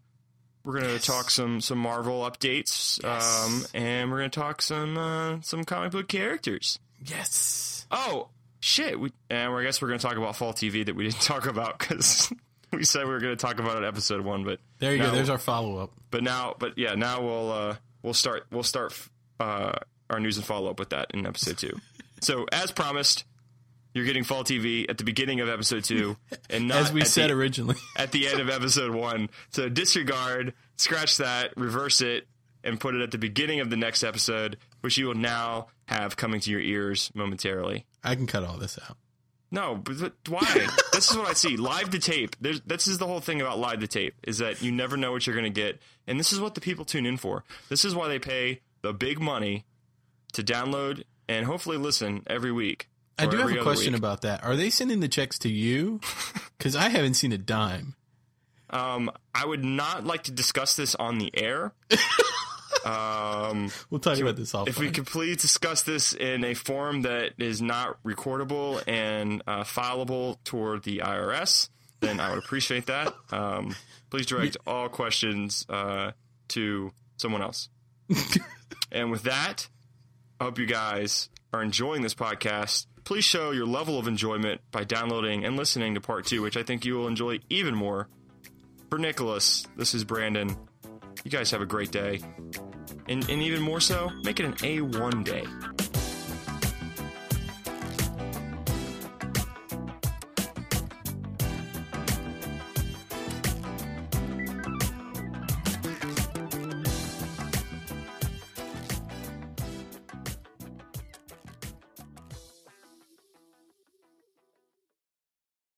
A: We're gonna talk some some Marvel updates, um, and we're gonna talk some uh, some comic book characters.
B: Yes.
A: Oh shit! We, and I guess we're gonna talk about Fall TV that we [LAUGHS] didn't talk about because [LAUGHS] we said we were gonna talk about it in episode one, but
B: There you
A: now-
B: go. There's our follow up.
A: but now, but yeah, now we'll uh, we'll start we'll start uh, our news and follow up with that in episode two. so as promised, you're getting Fall TV at the beginning of episode two, and not
B: As we
A: at
B: said
A: the,
B: originally. [LAUGHS]
A: at the end of episode one. So disregard, scratch that, reverse it, and put it at the beginning of the next episode, which you will now have coming to your ears momentarily.
B: I can cut all this out.
A: No, but, but
B: [LAUGHS]
A: why? this is what I see. Live to tape. There's, this is the whole thing about live to tape is that you never know what you're going to get, and this is what the people tune in for. This is why they pay the big money to download and hopefully listen every week.
B: I
A: or
B: do have
A: every
B: a
A: other
B: question
A: week.
B: about that. Are they sending the checks
A: [LAUGHS]
B: to you? Because I haven't seen a dime.
A: Um, I would not like to discuss this on the
B: [LAUGHS]
A: air. um,
B: We'll talk about this offline.
A: if we could please discuss this in a form that is not recordable and uh, fileable toward the IRS, then I would appreciate that. Um, please direct all questions uh, to someone else. and with that, I hope you guys are enjoying this podcast. Please show your level of enjoyment by downloading and listening to part two, which I think you will enjoy even more. For Nicholas, this is Brandon. You guys have a great day and, and even more so, make it an A1 day.